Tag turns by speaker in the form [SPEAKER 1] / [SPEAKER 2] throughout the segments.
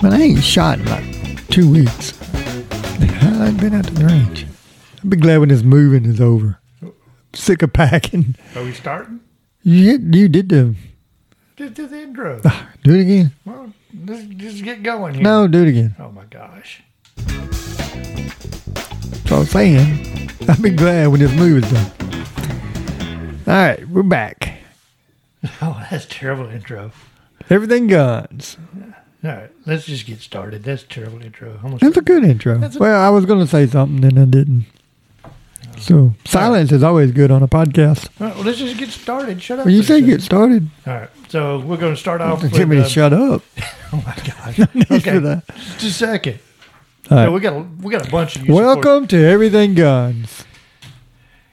[SPEAKER 1] But I ain't shot in like two weeks. I ain't been out to the range. I'll be glad when this moving is over. Sick of packing.
[SPEAKER 2] Are we starting?
[SPEAKER 1] You, you did the.
[SPEAKER 2] Just do the intro.
[SPEAKER 1] Do it again.
[SPEAKER 2] well, let's just get going here.
[SPEAKER 1] No, do it again.
[SPEAKER 2] Oh my gosh.
[SPEAKER 1] That's what I'm saying. I'll be glad when this move is done. All right, we're back.
[SPEAKER 2] Oh, that's terrible intro.
[SPEAKER 1] Everything guns.
[SPEAKER 2] All right, let's just get started. That's terrible intro. Almost-
[SPEAKER 1] That's a good intro.
[SPEAKER 2] That's a-
[SPEAKER 1] well, I was going to say something and I didn't. So silence is always good on a podcast.
[SPEAKER 2] All right, well, let's just get started. Shut up.
[SPEAKER 1] When you
[SPEAKER 2] for a
[SPEAKER 1] say
[SPEAKER 2] second.
[SPEAKER 1] get started,
[SPEAKER 2] All right, so we're going to start off. With,
[SPEAKER 1] get me
[SPEAKER 2] uh,
[SPEAKER 1] to shut up.
[SPEAKER 2] Oh my gosh. okay, just a second.
[SPEAKER 1] All right.
[SPEAKER 2] No, we got a, we got a bunch of use of force-
[SPEAKER 1] Welcome to Everything Guns.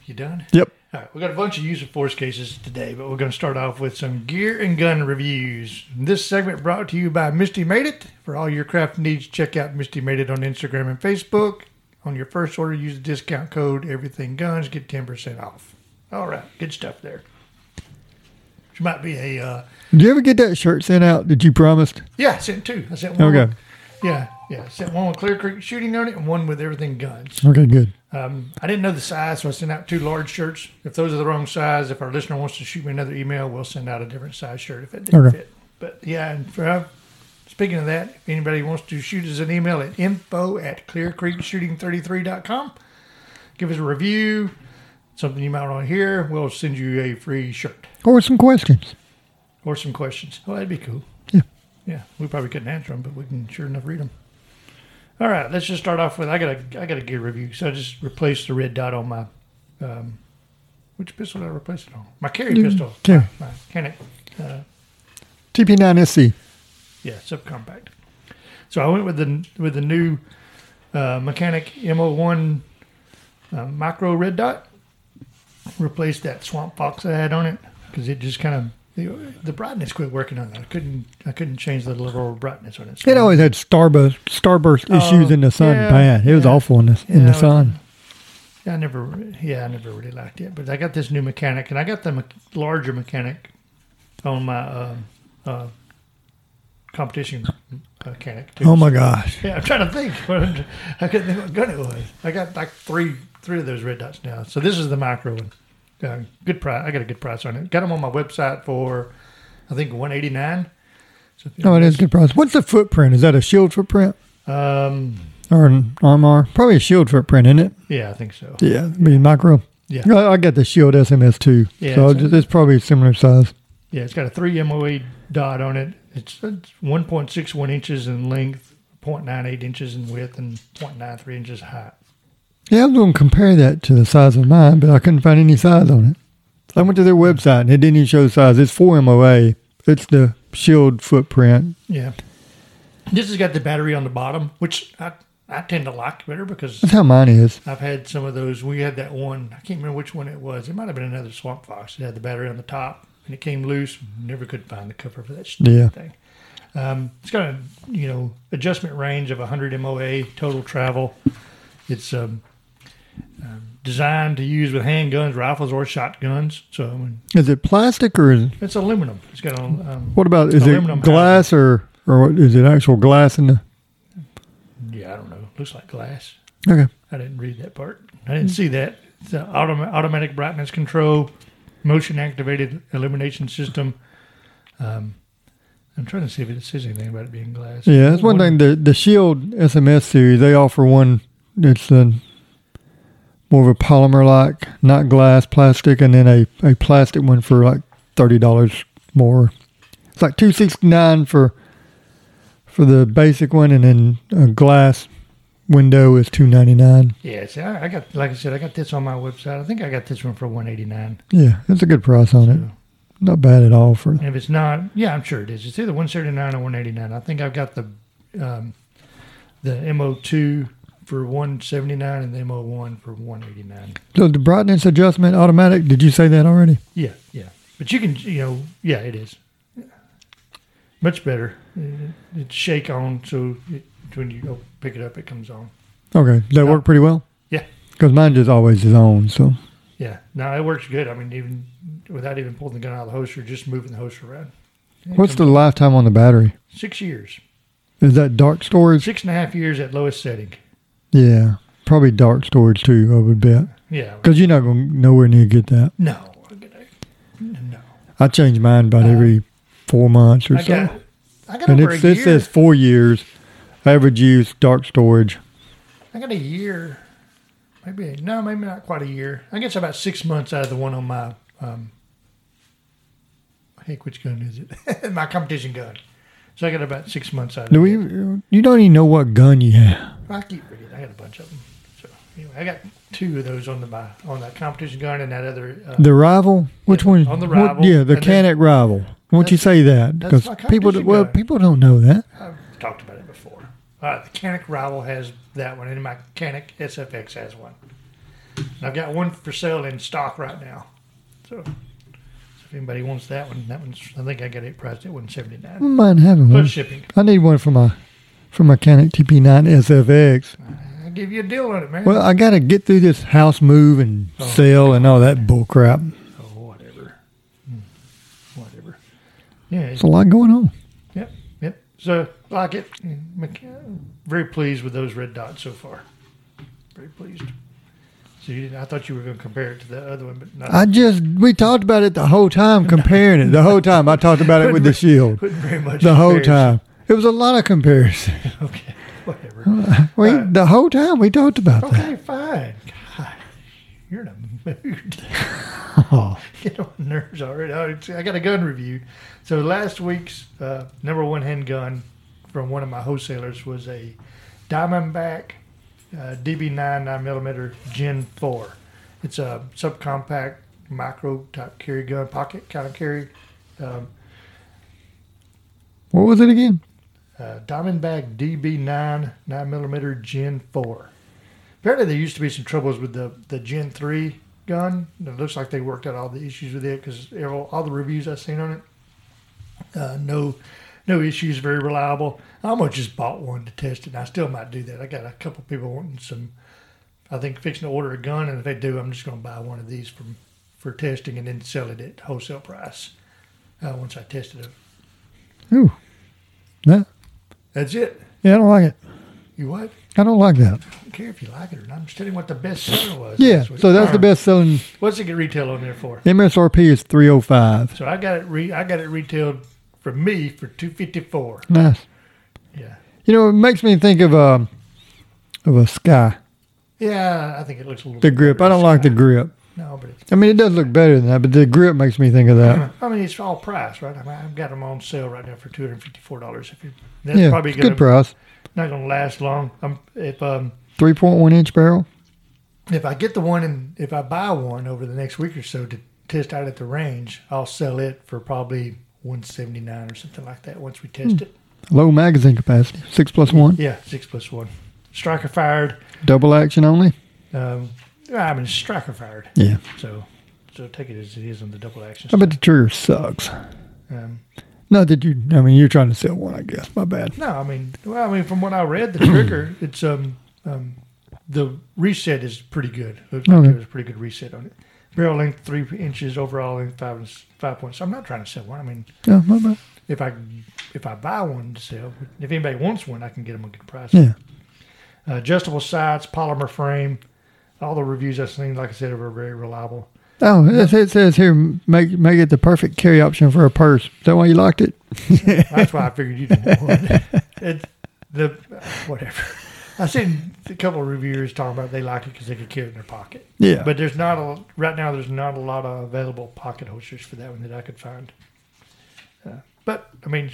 [SPEAKER 2] You done?
[SPEAKER 1] Yep.
[SPEAKER 2] All right, we got a bunch of use of force cases today, but we're going to start off with some gear and gun reviews. This segment brought to you by Misty Made It. For all your craft needs, check out Misty Made It on Instagram and Facebook. On your first order, use the discount code Everything Guns, get ten percent off. All right, good stuff there. Which might be a uh,
[SPEAKER 1] Did you ever get that shirt sent out that you promised?
[SPEAKER 2] yeah. I sent two. I sent one.
[SPEAKER 1] Okay.
[SPEAKER 2] Yeah, yeah. I sent one with Clear Creek shooting on it, and one with Everything Guns.
[SPEAKER 1] Okay, good.
[SPEAKER 2] Um, I didn't know the size, so I sent out two large shirts. If those are the wrong size, if our listener wants to shoot me another email, we'll send out a different size shirt if it didn't
[SPEAKER 1] Okay.
[SPEAKER 2] fit. But yeah, and for uh, speaking of that, if anybody wants to shoot us an email at info at clearcreekshooting33.com, give us a review, something you might want to hear. We'll send you a free shirt
[SPEAKER 1] Or some questions.
[SPEAKER 2] or some questions. Oh, that'd be cool.
[SPEAKER 1] Yeah.
[SPEAKER 2] Yeah, we probably couldn't answer them, but we can sure enough read them. All right, let's just start off with I got a I got a gear review. So I just replaced the red dot on my um, which pistol did I replace it on? My carry
[SPEAKER 1] Mm,
[SPEAKER 2] pistol.
[SPEAKER 1] carry.
[SPEAKER 2] My, my Canik, uh,
[SPEAKER 1] TP9SC.
[SPEAKER 2] yeah, subcompact. So I went with the with the new uh, mechanic M01 uh, micro red dot. Replaced that swamp fox I had on it because it just kind of the, the brightness quit working on it. I couldn't I couldn't change the level of brightness on it. So
[SPEAKER 1] It always had starburst starburst issues
[SPEAKER 2] Oh,
[SPEAKER 1] in the sun
[SPEAKER 2] yeah,
[SPEAKER 1] pan. It was
[SPEAKER 2] yeah.
[SPEAKER 1] awful in the, in
[SPEAKER 2] Yeah,
[SPEAKER 1] the
[SPEAKER 2] it-
[SPEAKER 1] sun.
[SPEAKER 2] I never yeah I never really liked it, but I got this new mechanic and I got the me- larger mechanic on my uh, uh, competition mechanic. Too,
[SPEAKER 1] Oh my gosh.
[SPEAKER 2] Yeah, I'm trying to think. I couldn't think what gun it was. I got like three three of those red dots now. So this is the micro one. Uh, good price. I got a good price on it. Got them on my website for I think 189. So if you-
[SPEAKER 1] No, Oh, it is a good price. What's the footprint? Is that a shield footprint
[SPEAKER 2] Um,
[SPEAKER 1] or an armor? Probably a shield footprint, isn't it?
[SPEAKER 2] yeah, I think so.
[SPEAKER 1] Yeah, it'd be micro.
[SPEAKER 2] Yeah.
[SPEAKER 1] No, I got the shield SMS too.
[SPEAKER 2] Yeah,
[SPEAKER 1] so
[SPEAKER 2] it's a-
[SPEAKER 1] it's, it's probably a similar size.
[SPEAKER 2] Yeah, it's got a three MOA dot on it. It's, it's 1.61 inches in length, 0.98 inches in width, and 0.93 inches height.
[SPEAKER 1] Yeah, I was going to compare that to the size of mine, but I couldn't find any size on it. I went to their website and it didn't even show size. It's 4 MOA. It's the shield footprint.
[SPEAKER 2] Yeah, this has got the battery on the bottom, which I I tend to like better because
[SPEAKER 1] That's how mine is.
[SPEAKER 2] I've had some of those. We had that one. I can't remember which one it was. It might have been another Swamp Fox. It had the battery on the top, and it came loose. Never could find the cover for that sh-
[SPEAKER 1] Yeah.
[SPEAKER 2] thing. Um, it's got a you know adjustment range of 100 MOA total travel. It's um, um, designed to use with handguns, rifles, or shotguns. So I mean,
[SPEAKER 1] Is it plastic or is,
[SPEAKER 2] it's aluminum. It's got a, um,
[SPEAKER 1] what about, is
[SPEAKER 2] Aluminum
[SPEAKER 1] it glass or, or what, is it actual glass in the,
[SPEAKER 2] yeah, I don't know. Looks like glass.
[SPEAKER 1] okay.
[SPEAKER 2] I didn't read that part. I didn't see that. It's a autom- automatic brightness control, motion activated illumination system. Um, I'm trying to see if it says anything about it being glass.
[SPEAKER 1] Yeah, that's one thing. The the Shield SMS series they offer one that's a, more of a polymer like, not glass, plastic, and then a, a plastic one for like thirty dollars more. It's like two sixty nine for for the basic one, and then a glass window is two ninety nine.
[SPEAKER 2] Yeah, see, I, I got like I said, I got this on my website. I think I got this one for 189.
[SPEAKER 1] Yeah, that's a good price on it. Not bad at all for.
[SPEAKER 2] And if it's not, yeah, I'm sure it is. It's either 179 or 189. I think I've got the um, the MO2 for 179 and the MO1 for 189.
[SPEAKER 1] So the brightness adjustment automatic. Did you say that already?
[SPEAKER 2] Yeah, yeah. But you can, you know, yeah, it is much better. It- It's shake on, so it, when you go pick it up, it comes on.
[SPEAKER 1] Okay, that worked pretty well.
[SPEAKER 2] Yeah.
[SPEAKER 1] because mine just always is on. So.
[SPEAKER 2] Yeah, no, it works good. I mean, even without even pulling the gun out of the holster, just moving the holster around. It
[SPEAKER 1] What's
[SPEAKER 2] comes-
[SPEAKER 1] the lifetime on the battery?
[SPEAKER 2] six years?
[SPEAKER 1] Is that dark storage?
[SPEAKER 2] Six and a half years at lowest setting.
[SPEAKER 1] Yeah, probably dark storage too. I would bet
[SPEAKER 2] Yeah.
[SPEAKER 1] because you're not going to nowhere near get that.
[SPEAKER 2] No. No.
[SPEAKER 1] I change mine about every four months or
[SPEAKER 2] I
[SPEAKER 1] so,
[SPEAKER 2] got, I got
[SPEAKER 1] and
[SPEAKER 2] over
[SPEAKER 1] it's,
[SPEAKER 2] a
[SPEAKER 1] it
[SPEAKER 2] year.
[SPEAKER 1] says four years average use dark storage.
[SPEAKER 2] I got a year, maybe no, maybe not quite a year. I guess about six months out of the one on my. Um, heck, which gun is it? my competition gun. So I got about six months out.
[SPEAKER 1] Do
[SPEAKER 2] of
[SPEAKER 1] we?
[SPEAKER 2] it.
[SPEAKER 1] You don't even know what gun you have.
[SPEAKER 2] I keep reading. I got a bunch of them. So anyway, I got two of those on the my on that competition gun and that other. Uh,
[SPEAKER 1] The rival? Which
[SPEAKER 2] Yeah,
[SPEAKER 1] one?
[SPEAKER 2] on the
[SPEAKER 1] what-
[SPEAKER 2] rival,
[SPEAKER 1] yeah, the
[SPEAKER 2] and then-
[SPEAKER 1] Canic rival. Won't you
[SPEAKER 2] That's-
[SPEAKER 1] say that?
[SPEAKER 2] that's
[SPEAKER 1] Because
[SPEAKER 2] my
[SPEAKER 1] people,
[SPEAKER 2] competition
[SPEAKER 1] well,
[SPEAKER 2] guy.
[SPEAKER 1] people don't know that.
[SPEAKER 2] I've talked about it before. Uh, the Canic Rival has that one, and my Canic SFX has one. And I've got one for sale in stock right now. So, so if anybody wants that one, that one's I think I got it priced at one seventy
[SPEAKER 1] I
[SPEAKER 2] nine
[SPEAKER 1] don't mind having one.
[SPEAKER 2] plus shipping.
[SPEAKER 1] I need one for my for my Canic TP9 SFX.
[SPEAKER 2] I give you a deal on it, man.
[SPEAKER 1] Well, I got to get through this house move and
[SPEAKER 2] Oh.
[SPEAKER 1] sell and all that bull crap.
[SPEAKER 2] oh, whatever, Hmm. whatever. Yeah,
[SPEAKER 1] It's a lot going on.
[SPEAKER 2] Yep, yep. So like it. Mc- Very pleased with those red dots so far. Very pleased. So you didn't, I thought you were going to compare it to the other one, but not.
[SPEAKER 1] I just we talked about it the whole time, comparing it the whole time. I talked about it with the shield
[SPEAKER 2] Couldn't very much.
[SPEAKER 1] the whole
[SPEAKER 2] compare
[SPEAKER 1] time. It was a lot of comparison.
[SPEAKER 2] it. Okay, whatever.
[SPEAKER 1] We
[SPEAKER 2] Uh,
[SPEAKER 1] the whole time we talked about that.
[SPEAKER 2] Okay, fine. God, you're in a mood.
[SPEAKER 1] Oh,
[SPEAKER 2] Get on my nerves already. Oh, it's- I got a gun review. So last week's uh, number one handgun from one of my wholesalers was a Diamondback uh, DB9 9 millimeter Gen 4. It's a subcompact micro type carry gun, pocket kind of carry. Um,
[SPEAKER 1] what was it again?
[SPEAKER 2] uh, Diamondback DB9 9 millimeter Gen 4. Apparently, there used to be some troubles with the, the Gen 3 gun. It looks like they worked out all the issues with it because all all the reviews I've seen on it, uh, no no issues, very reliable. I almost just bought one to test it, and I still might do that. I got a couple people wanting some, I think, fixing to order a gun, and if they do, I'm just going to buy one of these from for testing and then sell it at wholesale price uh, once I tested it.
[SPEAKER 1] Ooh, that
[SPEAKER 2] That's it.
[SPEAKER 1] yeah, I don't like it.
[SPEAKER 2] You what?
[SPEAKER 1] I don't like that.
[SPEAKER 2] don't care if you like it or not. I'm just telling you what the best seller was.
[SPEAKER 1] Yeah,
[SPEAKER 2] last week.
[SPEAKER 1] so that's the best selling.
[SPEAKER 2] What's it get retail on there for?
[SPEAKER 1] MSRP is three oh five.
[SPEAKER 2] So I got it. Re- I got it retailed for me for two fifty four.
[SPEAKER 1] Nice.
[SPEAKER 2] Yeah,
[SPEAKER 1] You know, it makes me think of um of a sky.
[SPEAKER 2] yeah. I think it looks a little.
[SPEAKER 1] The
[SPEAKER 2] bit
[SPEAKER 1] grip.
[SPEAKER 2] better
[SPEAKER 1] I don't
[SPEAKER 2] than
[SPEAKER 1] like the
[SPEAKER 2] Sky.
[SPEAKER 1] grip.
[SPEAKER 2] No, but it's.
[SPEAKER 1] I mean, it does look better than that, but the grip makes me think of that.
[SPEAKER 2] I mean, it's all price, right? I mean, I've got them on sale right now for two hundred fifty four dollars. If you, that's
[SPEAKER 1] yeah,
[SPEAKER 2] probably
[SPEAKER 1] it's a good
[SPEAKER 2] gonna,
[SPEAKER 1] price.
[SPEAKER 2] not going to last long. Um, if um,
[SPEAKER 1] Three point one inch barrel.
[SPEAKER 2] if I get the one and if I buy one over the next week or so to test out at the range, I'll sell it for probably one seventy nine or something like that once we
[SPEAKER 1] Hmm.
[SPEAKER 2] test it.
[SPEAKER 1] Low magazine capacity. Six plus one.
[SPEAKER 2] Yeah, six plus one. Striker fired.
[SPEAKER 1] Double action only.
[SPEAKER 2] Um, I mean, striker fired.
[SPEAKER 1] Yeah.
[SPEAKER 2] So, so take it as it is on the double action.
[SPEAKER 1] I bet the trigger sucks.
[SPEAKER 2] Um,
[SPEAKER 1] Not that you. I mean, you're trying to sell one, I guess. My bad.
[SPEAKER 2] no, I mean, well, I mean, from what I read, the trigger, it's um, um, the reset is pretty good. Looks like
[SPEAKER 1] Okay.
[SPEAKER 2] there was a pretty good reset on it. Barrel length three inches, overall length five and s- five points. I'm not trying to sell one. I mean,
[SPEAKER 1] Yeah, my bad.
[SPEAKER 2] if I if I buy one to sell, if anybody wants one, I can get them a good price.
[SPEAKER 1] Yeah.
[SPEAKER 2] Uh, adjustable sides, polymer frame. All the reviews I've seen, like I said, were very reliable.
[SPEAKER 1] Oh, it, it says here make make it the perfect carry option for a purse. Is that why you liked it?
[SPEAKER 2] That's why I figured you didn't want it. The whatever. I seen a couple of reviewers talking about they liked it because they could carry it in their pocket.
[SPEAKER 1] Yeah.
[SPEAKER 2] But there's not a right now. There's not a lot of available pocket holsters for that one that I could find. Uh, but I mean,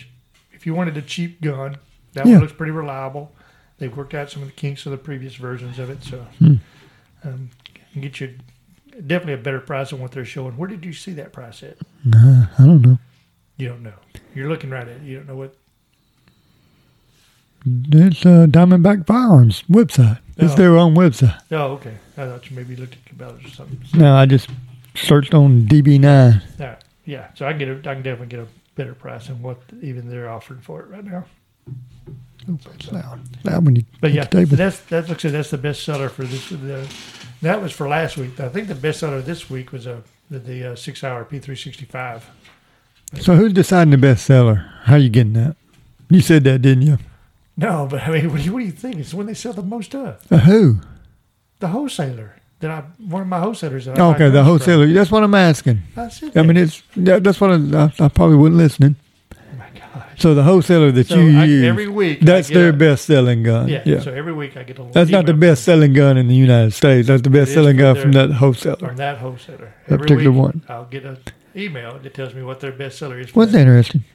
[SPEAKER 2] if you wanted a cheap gun, that
[SPEAKER 1] Yeah.
[SPEAKER 2] one looks pretty reliable. They've worked out some of the kinks of the previous versions of it, so
[SPEAKER 1] Hmm.
[SPEAKER 2] um, can get you definitely a better price than what they're showing. Where did you see that price at?
[SPEAKER 1] Nah, I don't know.
[SPEAKER 2] You don't know. You're looking right at. it. You don't know what
[SPEAKER 1] It's uh, Diamondback Firearms website. It's
[SPEAKER 2] Oh.
[SPEAKER 1] their own website.
[SPEAKER 2] Oh, okay. I thought you maybe looked at Cabela's or something.
[SPEAKER 1] No, I just searched on DB9.
[SPEAKER 2] All right. Yeah. So I can get a, I can definitely get a better price than what even they're offering for it right now.
[SPEAKER 1] It's loud. Loud when you.
[SPEAKER 2] But
[SPEAKER 1] hit
[SPEAKER 2] yeah,
[SPEAKER 1] the table.
[SPEAKER 2] that's that looks like that's the best seller for this. The, that was for last week. I think the best seller this week was a the, the uh, six hour P three sixty five.
[SPEAKER 1] So who's deciding the best seller? How you getting that? You said that, didn't you?
[SPEAKER 2] No, but I mean, what do you, what do you think? It's when they sell the most of
[SPEAKER 1] A who?
[SPEAKER 2] the wholesaler. That I one of my wholesalers. That I buy
[SPEAKER 1] Okay, the
[SPEAKER 2] guns from.
[SPEAKER 1] wholesaler. That's what I'm asking.
[SPEAKER 2] I said
[SPEAKER 1] I
[SPEAKER 2] that.
[SPEAKER 1] mean, it's that, that's what I, I, I probably wasn't listening.
[SPEAKER 2] oh my gosh.
[SPEAKER 1] So the wholesaler that
[SPEAKER 2] So
[SPEAKER 1] you
[SPEAKER 2] I,
[SPEAKER 1] use,
[SPEAKER 2] every week, I
[SPEAKER 1] that's
[SPEAKER 2] get
[SPEAKER 1] their
[SPEAKER 2] a-
[SPEAKER 1] best selling gun.
[SPEAKER 2] Yeah,
[SPEAKER 1] Yeah,
[SPEAKER 2] So every week I get a. little
[SPEAKER 1] that's not the
[SPEAKER 2] email
[SPEAKER 1] best selling gun in the United States. That's the best selling
[SPEAKER 2] from
[SPEAKER 1] gun from
[SPEAKER 2] their-
[SPEAKER 1] that wholesaler.
[SPEAKER 2] from that wholesaler.
[SPEAKER 1] That
[SPEAKER 2] Every
[SPEAKER 1] particular
[SPEAKER 2] week,
[SPEAKER 1] one.
[SPEAKER 2] I'll get an email that tells me what their bestseller is. for
[SPEAKER 1] What's
[SPEAKER 2] that.
[SPEAKER 1] interesting?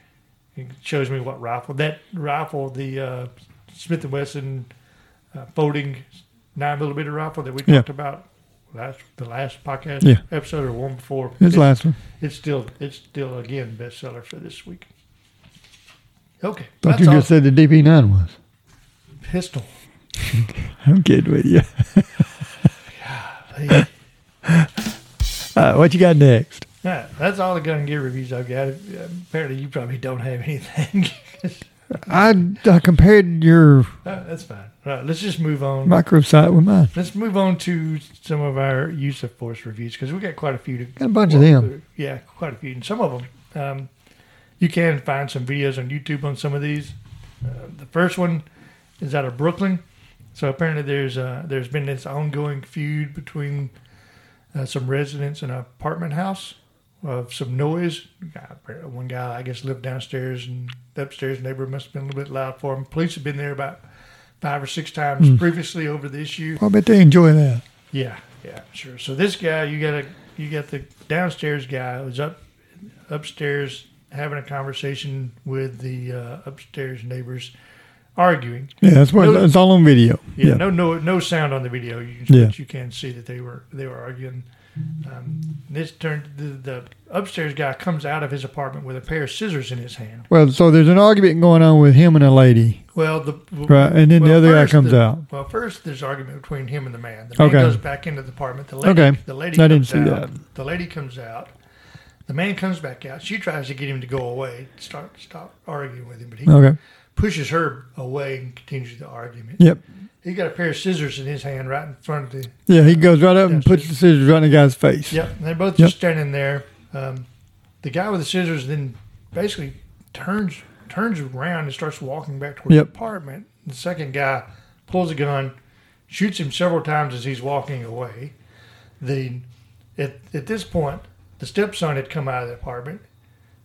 [SPEAKER 2] It shows me what rifle that rifle, the uh, Smith and Wesson uh, folding nine millimeter rifle that we
[SPEAKER 1] Yeah.
[SPEAKER 2] talked about last the last podcast
[SPEAKER 1] Yeah.
[SPEAKER 2] episode or one before.
[SPEAKER 1] This last one.
[SPEAKER 2] It's still it's still again bestseller for this week. Okay,
[SPEAKER 1] Thought
[SPEAKER 2] that's
[SPEAKER 1] you
[SPEAKER 2] all.
[SPEAKER 1] just said the DP9 was.
[SPEAKER 2] pistol.
[SPEAKER 1] I'm kidding with you.
[SPEAKER 2] Hey,
[SPEAKER 1] All right, what you got next?
[SPEAKER 2] yeah, that's all the gun and gear reviews I've got. Apparently, you probably don't have anything.
[SPEAKER 1] I, I compared your
[SPEAKER 2] Uh, that's fine. All right, let's just move on.
[SPEAKER 1] microsite with mine.
[SPEAKER 2] Let's move on to some of our use of force reviews because we got quite a few. To
[SPEAKER 1] Got a bunch of them.
[SPEAKER 2] Yeah, quite a few, and some of them um, you can find some videos on YouTube on some of these. Uh, the first one is out of Brooklyn, so apparently there's uh, there's been this ongoing feud between uh, some residents in an apartment house of some noise. Apparently One guy, I guess, lived downstairs, and the upstairs neighbor must have been a little bit loud for him. Police have been there about five or six times
[SPEAKER 1] Hmm.
[SPEAKER 2] previously over the issue.
[SPEAKER 1] I bet they enjoy that.
[SPEAKER 2] Yeah, yeah, sure. So this guy, you got a, you got the downstairs guy who's up, upstairs having a conversation with the uh, upstairs neighbors, arguing.
[SPEAKER 1] Yeah, that's what
[SPEAKER 2] No-
[SPEAKER 1] it's all on video.
[SPEAKER 2] Yeah,
[SPEAKER 1] Yeah,
[SPEAKER 2] no, no, no sound on the video. You,
[SPEAKER 1] Yeah.
[SPEAKER 2] but you can see that they were they were arguing. Um, this turned the, the upstairs guy comes out of his apartment with a pair of scissors in his hand.
[SPEAKER 1] Well, so there's an argument going on with him and a lady,
[SPEAKER 2] Well, the
[SPEAKER 1] right? And then the
[SPEAKER 2] well,
[SPEAKER 1] other guy
[SPEAKER 2] first
[SPEAKER 1] comes
[SPEAKER 2] the-
[SPEAKER 1] out.
[SPEAKER 2] Well, first there's argument between him and the man. The man
[SPEAKER 1] Okay.
[SPEAKER 2] goes back into the apartment. The lady,
[SPEAKER 1] Okay.
[SPEAKER 2] the lady
[SPEAKER 1] I didn't
[SPEAKER 2] comes
[SPEAKER 1] see
[SPEAKER 2] out. The lady comes out. The man comes back out. She tries to get him to go away, start stop arguing with him, but he
[SPEAKER 1] Okay.
[SPEAKER 2] pushes her away and continues the argument.
[SPEAKER 1] Yep.
[SPEAKER 2] He got a pair of scissors in his hand right in front of the.
[SPEAKER 1] Yeah, he goes right up and
[SPEAKER 2] Yeah,
[SPEAKER 1] puts the scissors right in the guy's face.
[SPEAKER 2] Yep, and they're both just standing there. Um, the guy with the scissors then basically turns turns around and starts walking back towards
[SPEAKER 1] Yep.
[SPEAKER 2] the apartment. The second guy pulls a gun, shoots him several times as he's walking away. The at at this point, the stepson had come out of the apartment,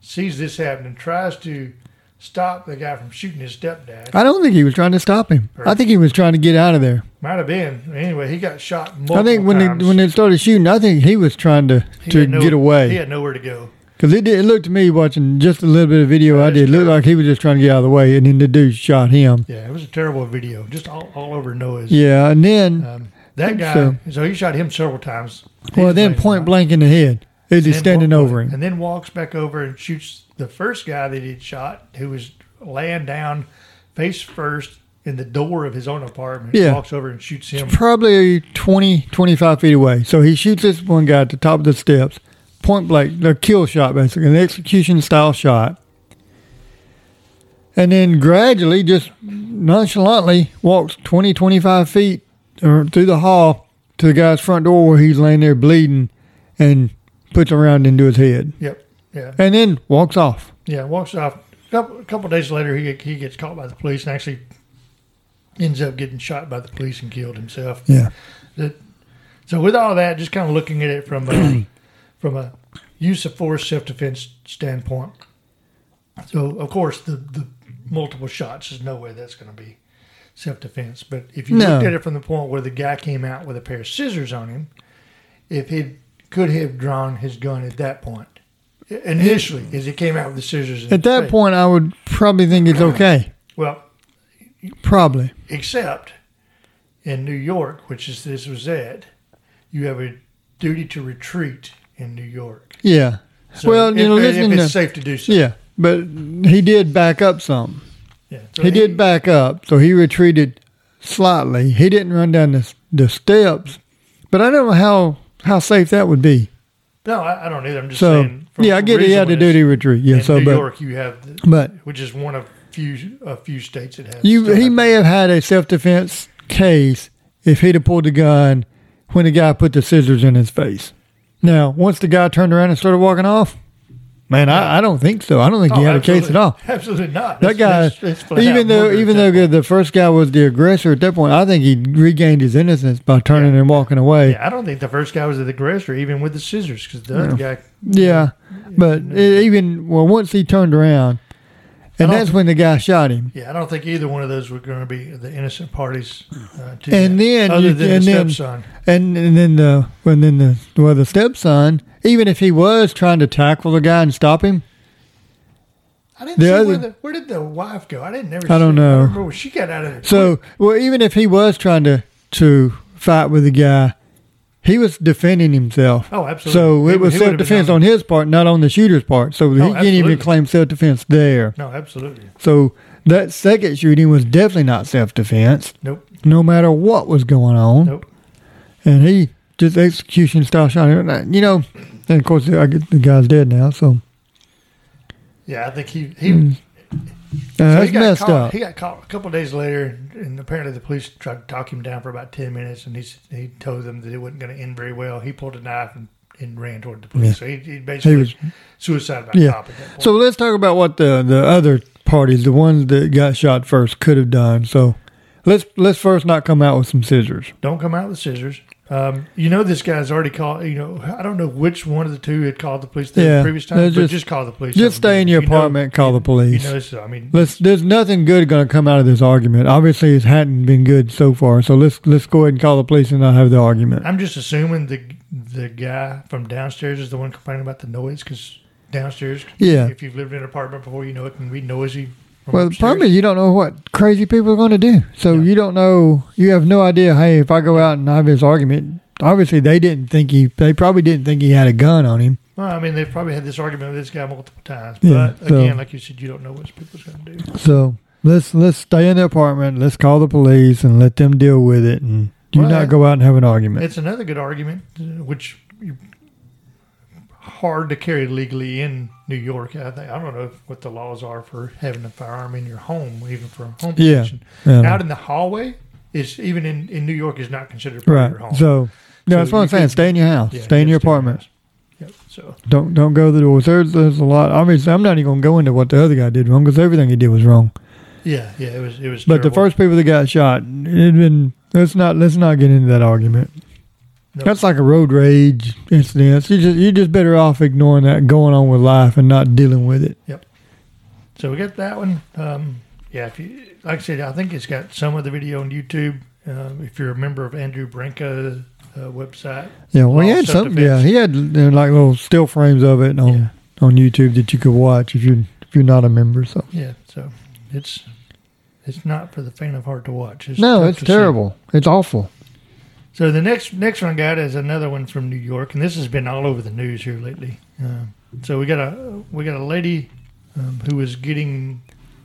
[SPEAKER 2] sees this happening, tries to stop the guy from shooting his stepdad.
[SPEAKER 1] I don't think he was trying to stop him. I
[SPEAKER 2] Right.
[SPEAKER 1] think he was trying to get out of there.
[SPEAKER 2] Might have been anyway. He got shot. Multiple
[SPEAKER 1] I think when
[SPEAKER 2] times.
[SPEAKER 1] they when they started shooting, I think he was trying to
[SPEAKER 2] He
[SPEAKER 1] to
[SPEAKER 2] had no-
[SPEAKER 1] get
[SPEAKER 2] he
[SPEAKER 1] away
[SPEAKER 2] had nowhere to go.
[SPEAKER 1] because it did, it looked to me watching just a little bit of video I
[SPEAKER 2] That is
[SPEAKER 1] did it looked
[SPEAKER 2] true.
[SPEAKER 1] like he was just trying to get out of the way, and then the dude shot him.
[SPEAKER 2] Yeah, it was a terrible video, just all, all over noise.
[SPEAKER 1] Yeah, and then
[SPEAKER 2] Um, that
[SPEAKER 1] Think
[SPEAKER 2] guy, so.
[SPEAKER 1] so.
[SPEAKER 2] he shot him several times.
[SPEAKER 1] well, then point blank in the head as he's
[SPEAKER 2] Then
[SPEAKER 1] standing
[SPEAKER 2] point
[SPEAKER 1] over
[SPEAKER 2] blank.
[SPEAKER 1] him.
[SPEAKER 2] And then walks back over and shoots the first guy that he'd shot, who was laying down face first in the door of his own apartment.
[SPEAKER 1] Yeah.
[SPEAKER 2] Walks over and shoots him.
[SPEAKER 1] Probably 20, 25 feet away. So he shoots this one guy at the top of the steps, point blank, a kill shot basically, an execution style shot. And then gradually, just nonchalantly, walks 20, 25 feet or through the hall to the guy's front door where he's laying there bleeding and puts a round into his head.
[SPEAKER 2] Yep. Yeah.
[SPEAKER 1] And then walks off.
[SPEAKER 2] Yeah. Walks off. A couple, a couple days later, he, get- he gets caught by the police and actually ends up getting shot by the police and killed himself.
[SPEAKER 1] Yeah.
[SPEAKER 2] That, so with all that, just kind of looking at it from a, from a use of force self defense standpoint. So of course the the multiple shots there's no way that's going to be self defense. But if you
[SPEAKER 1] No.
[SPEAKER 2] looked at it from the point where the guy came out with a pair of scissors on him, if he could have drawn his gun at that point i- initially, as he came out with the scissors in
[SPEAKER 1] At
[SPEAKER 2] his
[SPEAKER 1] that
[SPEAKER 2] face.
[SPEAKER 1] point, I would probably think it's okay.
[SPEAKER 2] well,
[SPEAKER 1] Probably.
[SPEAKER 2] except in New York, which is this was it, you have a duty to retreat in New York.
[SPEAKER 1] Yeah. Well, you
[SPEAKER 2] if-
[SPEAKER 1] know,
[SPEAKER 2] if
[SPEAKER 1] listening
[SPEAKER 2] it's
[SPEAKER 1] to-
[SPEAKER 2] safe to do so.
[SPEAKER 1] Yeah, but he did back up some.
[SPEAKER 2] Yeah. So
[SPEAKER 1] He did back up, so he retreated slightly. He didn't run down the, the steps, but I don't know how, how safe that would be.
[SPEAKER 2] No, I, I don't either. I'm just
[SPEAKER 1] So
[SPEAKER 2] saying. from
[SPEAKER 1] yeah, I get he had to do
[SPEAKER 2] reasonableness,
[SPEAKER 1] the retreat. Yeah,
[SPEAKER 2] in
[SPEAKER 1] so
[SPEAKER 2] New
[SPEAKER 1] but
[SPEAKER 2] York, you have, the,
[SPEAKER 1] but
[SPEAKER 2] which is one of few a few states that have.
[SPEAKER 1] you
[SPEAKER 2] still
[SPEAKER 1] he
[SPEAKER 2] have-
[SPEAKER 1] may have had a self defense case if he'd have pulled the gun when the guy put the scissors in his face. Now, once the guy turned around and started walking off, Man, I, I don't think so. I don't think
[SPEAKER 2] Oh,
[SPEAKER 1] he had a case
[SPEAKER 2] absolutely-
[SPEAKER 1] at all.
[SPEAKER 2] Absolutely not.
[SPEAKER 1] That guy,
[SPEAKER 2] That's- that's- that's flat out
[SPEAKER 1] even though
[SPEAKER 2] murder
[SPEAKER 1] even
[SPEAKER 2] at that
[SPEAKER 1] though the first guy was the aggressor at that point, I think he regained his innocence by turning
[SPEAKER 2] Yeah.
[SPEAKER 1] and walking away.
[SPEAKER 2] Yeah, I don't think the first guy was the aggressor, even with the scissors, because the other guy.
[SPEAKER 1] Yeah, but it, even well, once he turned around, and
[SPEAKER 2] don't-
[SPEAKER 1] that's when the guy shot him.
[SPEAKER 2] Yeah, I don't think either one of those were going to be the innocent parties. Uh, to
[SPEAKER 1] And
[SPEAKER 2] that,
[SPEAKER 1] then
[SPEAKER 2] other
[SPEAKER 1] you-
[SPEAKER 2] than
[SPEAKER 1] and
[SPEAKER 2] the
[SPEAKER 1] then-
[SPEAKER 2] stepson,
[SPEAKER 1] And and then the when then the well the stepson, even if he was trying to tackle the guy and stop him,
[SPEAKER 2] I didn't
[SPEAKER 1] the
[SPEAKER 2] see
[SPEAKER 1] other-
[SPEAKER 2] where, the, where did the wife go. I didn't never.
[SPEAKER 1] I don't
[SPEAKER 2] see-
[SPEAKER 1] know.
[SPEAKER 2] remember when she got out of there.
[SPEAKER 1] so well even if he was trying to to fight with the guy, he was defending himself.
[SPEAKER 2] oh, absolutely.
[SPEAKER 1] So
[SPEAKER 2] He
[SPEAKER 1] it
[SPEAKER 2] would-
[SPEAKER 1] was
[SPEAKER 2] he would
[SPEAKER 1] self
[SPEAKER 2] have been
[SPEAKER 1] defense
[SPEAKER 2] out.
[SPEAKER 1] on his part, not on the shooter's part. So he can't
[SPEAKER 2] absolutely.
[SPEAKER 1] even claim self defense there.
[SPEAKER 2] No, absolutely.
[SPEAKER 1] So that second shooting was definitely not self defense,
[SPEAKER 2] Nope.
[SPEAKER 1] no matter what was going on.
[SPEAKER 2] Nope.
[SPEAKER 1] And he just execution style shot. him. And, uh, You know, and of course, I get, the guy's dead now. So
[SPEAKER 2] Yeah, I think he he.
[SPEAKER 1] Mm. uh,
[SPEAKER 2] so
[SPEAKER 1] that's
[SPEAKER 2] he got
[SPEAKER 1] messed
[SPEAKER 2] caught,
[SPEAKER 1] up.
[SPEAKER 2] He got caught a couple days later, and apparently the police tried to talk him down for about ten minutes, and he s- he told them that it wasn't going to end very well. He pulled a knife and, and ran toward the police.
[SPEAKER 1] Yeah.
[SPEAKER 2] So he, he basically
[SPEAKER 1] He was-
[SPEAKER 2] suicide by
[SPEAKER 1] Yeah.
[SPEAKER 2] cop at that point.
[SPEAKER 1] So let's talk about what the, the other parties, the ones that got shot first, could have done. So let's let's first not come out with some scissors.
[SPEAKER 2] Don't come out with scissors. Um, you know this guy's already called. You know I don't know which one of the two had called the police the
[SPEAKER 1] Yeah,
[SPEAKER 2] previous
[SPEAKER 1] they're
[SPEAKER 2] time, but
[SPEAKER 1] just-
[SPEAKER 2] just call the police.
[SPEAKER 1] Just stay in your
[SPEAKER 2] You know-
[SPEAKER 1] apartment, call the police.
[SPEAKER 2] You know, so, I mean,
[SPEAKER 1] Let's. There's nothing good going to come out of this argument. Obviously, it hadn't been good so far. So let's let's go ahead and call the police and not have the argument.
[SPEAKER 2] I'm just assuming the the guy from downstairs is the one complaining about the noise because downstairs.
[SPEAKER 1] Yeah.
[SPEAKER 2] If you've lived in an apartment before, you know it can be noisy. From
[SPEAKER 1] Well, the
[SPEAKER 2] upstairs.
[SPEAKER 1] problem is you don't know what crazy people are going to do. So
[SPEAKER 2] Yeah.
[SPEAKER 1] you don't know. You have no idea. Hey, if I go out and have this argument, obviously they didn't think he. They probably didn't think he had a gun on him.
[SPEAKER 2] Well, I mean, they've probably had this argument with this guy multiple times.
[SPEAKER 1] Yeah,
[SPEAKER 2] but
[SPEAKER 1] so-
[SPEAKER 2] again, like you said, you don't know what people's going to do.
[SPEAKER 1] So let's let's stay in the apartment. Let's call the police and let them deal with it. And do
[SPEAKER 2] Well,
[SPEAKER 1] not go out and have an argument.
[SPEAKER 2] It's another good argument, uh, which you, hard to carry legally in New York. I think I don't know what the laws are for having a firearm in your home, even for home
[SPEAKER 1] Yeah.
[SPEAKER 2] possession.
[SPEAKER 1] Yeah.
[SPEAKER 2] Out in the hallway is even in, in New York is not considered part
[SPEAKER 1] Right.
[SPEAKER 2] of your home.
[SPEAKER 1] So no,
[SPEAKER 2] So
[SPEAKER 1] that's what
[SPEAKER 2] you
[SPEAKER 1] I'm saying.
[SPEAKER 2] could-
[SPEAKER 1] Stay in your house.
[SPEAKER 2] Yeah,
[SPEAKER 1] stay in
[SPEAKER 2] yeah,
[SPEAKER 1] your apartment.
[SPEAKER 2] Yep. So
[SPEAKER 1] Don't don't go the doors. There's there's a lot. Obviously, I'm not even gonna go into what the other guy did wrong because everything he did was wrong.
[SPEAKER 2] yeah, yeah, it was it was.
[SPEAKER 1] But the
[SPEAKER 2] terrible.
[SPEAKER 1] first people that got shot, it been let's not let's not get into that argument.
[SPEAKER 2] No.
[SPEAKER 1] That's like a road rage incident. You just you're just better off ignoring that, and going on with life, and not dealing with it.
[SPEAKER 2] so we got that one. Um, yeah, if you like I said, I think it's got some of the video on YouTube. Um, if you're a member of Andrew Brinka uh, website,
[SPEAKER 1] Yeah, well, he
[SPEAKER 2] Well,
[SPEAKER 1] had some. Yeah,
[SPEAKER 2] self-defense.
[SPEAKER 1] he had you know, like little still frames of it on
[SPEAKER 2] Yeah.
[SPEAKER 1] on YouTube that you could watch if you if you're not a member. So
[SPEAKER 2] yeah, so it's it's not for the faint of heart to watch.
[SPEAKER 1] no,
[SPEAKER 2] tough
[SPEAKER 1] it's
[SPEAKER 2] to see.
[SPEAKER 1] terrible. It's awful.
[SPEAKER 2] So the next next one, got is another one from New York, and this has been all over the news here lately. Um, so we got a we got a lady um, who was getting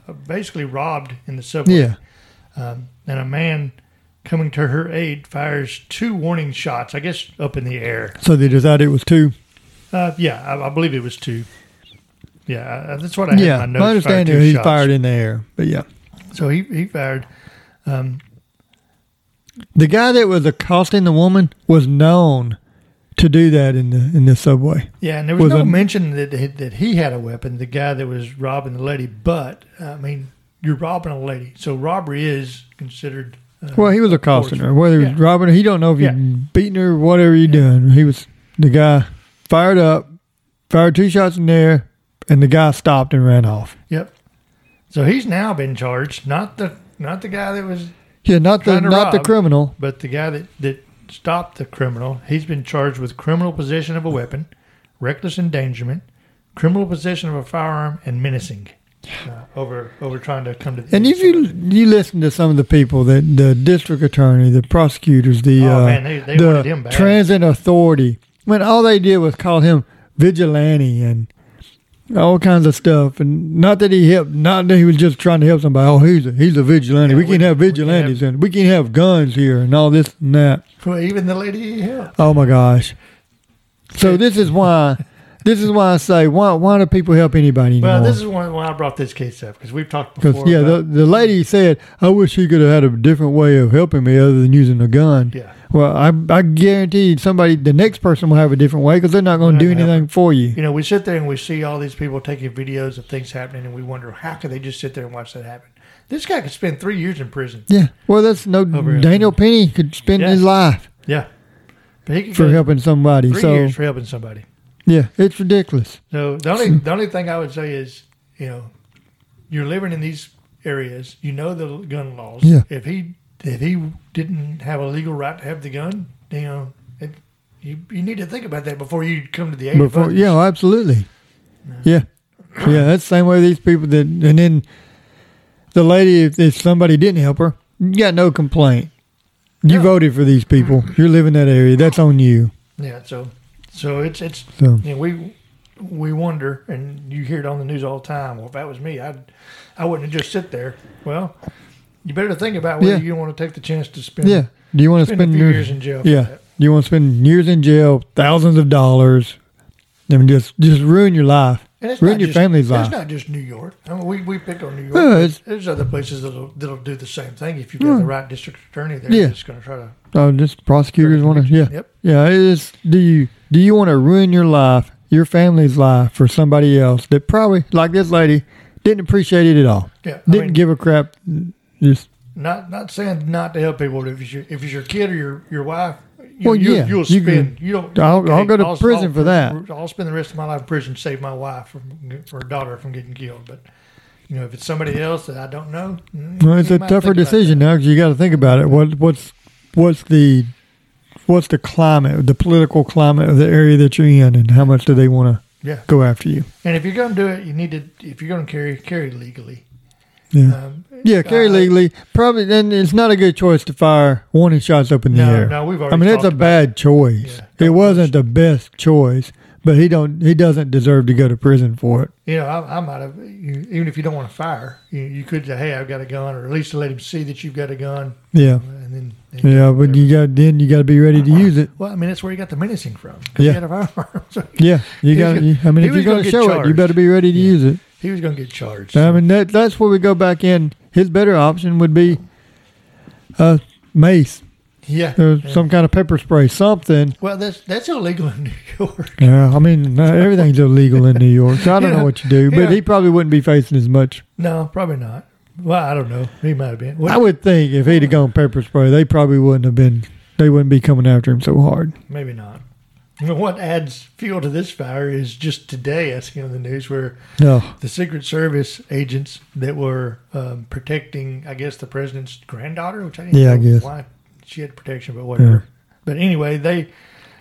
[SPEAKER 2] uh, basically robbed in the subway.
[SPEAKER 1] Yeah,
[SPEAKER 2] um, and a man coming to her aid fires two warning shots. I guess up in the air.
[SPEAKER 1] so they decided it was two.
[SPEAKER 2] Uh, yeah, I, I believe it was two. Yeah, I- I, that's what I had
[SPEAKER 1] yeah,
[SPEAKER 2] in my notes.
[SPEAKER 1] my understanding
[SPEAKER 2] fire two
[SPEAKER 1] is he
[SPEAKER 2] shots.
[SPEAKER 1] fired in the air, but yeah.
[SPEAKER 2] So he he fired. Um,
[SPEAKER 1] The guy that was accosting the woman was known to do that in the in the subway.
[SPEAKER 2] yeah, and there was,
[SPEAKER 1] Was
[SPEAKER 2] no
[SPEAKER 1] it-
[SPEAKER 2] mention that that he had a weapon. The guy that was robbing the lady, but I mean, you're robbing a lady, so robbery is considered. Uh,
[SPEAKER 1] Well, he was accosting her, whether he was
[SPEAKER 2] Yeah.
[SPEAKER 1] robbing her. He don't know if
[SPEAKER 2] Yeah.
[SPEAKER 1] you beating her, whatever you done. He was the guy fired up, fired two shots in the air, and the guy stopped and ran off.
[SPEAKER 2] yep. So he's now been charged, not the not the guy that was
[SPEAKER 1] Yeah, not the
[SPEAKER 2] Trying to
[SPEAKER 1] not the
[SPEAKER 2] rob.
[SPEAKER 1] criminal.
[SPEAKER 2] But the guy that, that stopped the criminal, he's been charged with criminal possession of a weapon, reckless endangerment, criminal possession of a firearm, and menacing uh, over over trying to come to. The
[SPEAKER 1] And if you you listen to some of the people that the district attorney, the prosecutors, the
[SPEAKER 2] Oh,
[SPEAKER 1] uh,
[SPEAKER 2] man, they- they wanted him
[SPEAKER 1] the
[SPEAKER 2] bad.
[SPEAKER 1] transit authority, when all they did was call him vigilante and all kinds of stuff, and not that he helped, not that he was just trying to help somebody. Oh, he's a, he's a vigilante.
[SPEAKER 2] Yeah,
[SPEAKER 1] we,
[SPEAKER 2] we-
[SPEAKER 1] can't have
[SPEAKER 2] we can't
[SPEAKER 1] vigilantes, and we can't have guns here, and all this and that.
[SPEAKER 2] Well, even the lady he helped.
[SPEAKER 1] Oh my gosh! So this is why, this is why I say, why why do people help anybody anymore?
[SPEAKER 2] Well, this is one why I brought this case up because we've talked
[SPEAKER 1] Because
[SPEAKER 2] before.
[SPEAKER 1] yeah,
[SPEAKER 2] about-
[SPEAKER 1] the, the lady said, "I wish he could have had a different way of helping me other than using a gun."
[SPEAKER 2] yeah,
[SPEAKER 1] Well, I I guarantee somebody the next person will have a different way because they're not going to
[SPEAKER 2] Not
[SPEAKER 1] do
[SPEAKER 2] gonna
[SPEAKER 1] anything for you.
[SPEAKER 2] You know, we sit there and we see all these people taking videos of things happening, and we wonder how could they just sit there and watch that happen. This guy could spend three years in prison.
[SPEAKER 1] Yeah. Well, that's no
[SPEAKER 2] Over it.
[SPEAKER 1] Daniel Penny could spend
[SPEAKER 2] Yeah.
[SPEAKER 1] his life
[SPEAKER 2] Yeah, but he could
[SPEAKER 1] for
[SPEAKER 2] go
[SPEAKER 1] helping somebody.
[SPEAKER 2] three
[SPEAKER 1] so
[SPEAKER 2] years for helping somebody.
[SPEAKER 1] yeah, it's ridiculous.
[SPEAKER 2] So the only the only thing I would say is, you know, you're living in these areas. You know the gun laws.
[SPEAKER 1] Yeah.
[SPEAKER 2] If he if he didn't have a legal right to have the gun, you know, it, you you need to think about that before you come to the age
[SPEAKER 1] Before,
[SPEAKER 2] of
[SPEAKER 1] yeah, absolutely. Yeah. Yeah, that's the same way these people that, and then the lady, if, if somebody didn't help her, you got no complaint. You
[SPEAKER 2] No.
[SPEAKER 1] voted for these people. You're living that area. That's on you.
[SPEAKER 2] yeah. So so it's it's
[SPEAKER 1] So,
[SPEAKER 2] you know, we we wonder, and you hear it on the news all the time. Well, if that was me, I'd I wouldn't just sit there. Well, you better think about whether
[SPEAKER 1] Yeah.
[SPEAKER 2] you want to take the chance to spend
[SPEAKER 1] yeah. Do you want to
[SPEAKER 2] spend a
[SPEAKER 1] spend
[SPEAKER 2] few
[SPEAKER 1] your,
[SPEAKER 2] years in jail. for
[SPEAKER 1] yeah.
[SPEAKER 2] that.
[SPEAKER 1] Do you want to spend years in jail, thousands of dollars, and just, just ruin your life,
[SPEAKER 2] And it's
[SPEAKER 1] ruin
[SPEAKER 2] not
[SPEAKER 1] your
[SPEAKER 2] just-
[SPEAKER 1] family's
[SPEAKER 2] It's
[SPEAKER 1] life?
[SPEAKER 2] not just New York. I mean, we, we pick on New York.
[SPEAKER 1] Yeah, it's-
[SPEAKER 2] There's other places that'll that'll do the same thing if you get the right district attorney there.
[SPEAKER 1] Yeah.
[SPEAKER 2] that's going to try to.
[SPEAKER 1] Oh, just prosecutors want to. Yeah,
[SPEAKER 2] Yep.
[SPEAKER 1] yeah. It is. Do you do you want to ruin your life, your family's life, for somebody else that probably, like this lady, didn't appreciate it at all,
[SPEAKER 2] Yeah, I
[SPEAKER 1] didn't
[SPEAKER 2] mean,
[SPEAKER 1] give a crap. Just
[SPEAKER 2] not not saying not to help people, but if it's your if it's your kid or your your wife, you,
[SPEAKER 1] Well,
[SPEAKER 2] you,
[SPEAKER 1] yeah,
[SPEAKER 2] you'll
[SPEAKER 1] you
[SPEAKER 2] spend.
[SPEAKER 1] can-
[SPEAKER 2] You, don't.
[SPEAKER 1] I'll- I'll go to prison for that.
[SPEAKER 2] I'll spend the rest of my life in prison to save my wife from or daughter from getting killed. But you know, if it's somebody else that I don't know, mm,
[SPEAKER 1] well, it's
[SPEAKER 2] you
[SPEAKER 1] a
[SPEAKER 2] might
[SPEAKER 1] tougher
[SPEAKER 2] think about
[SPEAKER 1] decision now 'cause you got to think about it. What what's what's the what's the climate, the political climate of the area that you're in, and how much do they want to
[SPEAKER 2] that. Yeah,
[SPEAKER 1] go after you?
[SPEAKER 2] and if you're going to do it, you need to. If you're going to carry carry legally.
[SPEAKER 1] Yeah,
[SPEAKER 2] Um,
[SPEAKER 1] yeah. Carry
[SPEAKER 2] uh,
[SPEAKER 1] legally, probably. Then it's not a good choice to fire warning shots up in the
[SPEAKER 2] No,
[SPEAKER 1] air.
[SPEAKER 2] no, we've already.
[SPEAKER 1] I mean, it's
[SPEAKER 2] talked
[SPEAKER 1] a
[SPEAKER 2] about
[SPEAKER 1] bad choice.
[SPEAKER 2] Yeah,
[SPEAKER 1] it wasn't the best choice, but he don't he doesn't deserve to go to prison for it.
[SPEAKER 2] You know, I, I might have, you, even if you don't want to fire, you, you could say, hey, I've got a gun, or at least let him see that you've got a gun.
[SPEAKER 1] Yeah,
[SPEAKER 2] And then, and-
[SPEAKER 1] yeah, but you got then you got to be ready to use it.
[SPEAKER 2] well, I mean, that's where he got the menacing from. 'cause
[SPEAKER 1] Yeah.
[SPEAKER 2] He had a firearm. So
[SPEAKER 1] Yeah, you
[SPEAKER 2] He
[SPEAKER 1] got.
[SPEAKER 2] was gonna-
[SPEAKER 1] I mean,
[SPEAKER 2] he
[SPEAKER 1] if you're going
[SPEAKER 2] was
[SPEAKER 1] to
[SPEAKER 2] gonna get
[SPEAKER 1] show it, you
[SPEAKER 2] charged.
[SPEAKER 1] better be ready to
[SPEAKER 2] Yeah.
[SPEAKER 1] use it.
[SPEAKER 2] he was going to get charged.
[SPEAKER 1] I mean, that that's where we go back in. His better option would be a mace
[SPEAKER 2] yeah.
[SPEAKER 1] or
[SPEAKER 2] Yeah.
[SPEAKER 1] some kind of pepper spray, something.
[SPEAKER 2] well, that's that's illegal in New York.
[SPEAKER 1] Yeah, I mean, uh, everything's illegal in New York, so I don't know
[SPEAKER 2] Yeah.
[SPEAKER 1] what you do. But
[SPEAKER 2] Yeah.
[SPEAKER 1] he probably wouldn't be facing as much
[SPEAKER 2] No, probably not. Well, I don't know. He might have been.
[SPEAKER 1] I
[SPEAKER 2] Well,
[SPEAKER 1] would think if he'd have gone pepper spray, they probably wouldn't have been. They wouldn't be coming after him so hard.
[SPEAKER 2] maybe not. You know, what adds fuel to this fire is just today, I see on the news where
[SPEAKER 1] No,
[SPEAKER 2] the Secret Service agents that were um, protecting, I guess, the president's granddaughter, which I didn't
[SPEAKER 1] Yeah, I
[SPEAKER 2] know
[SPEAKER 1] guess.
[SPEAKER 2] why she had protection, but whatever. But anyway, they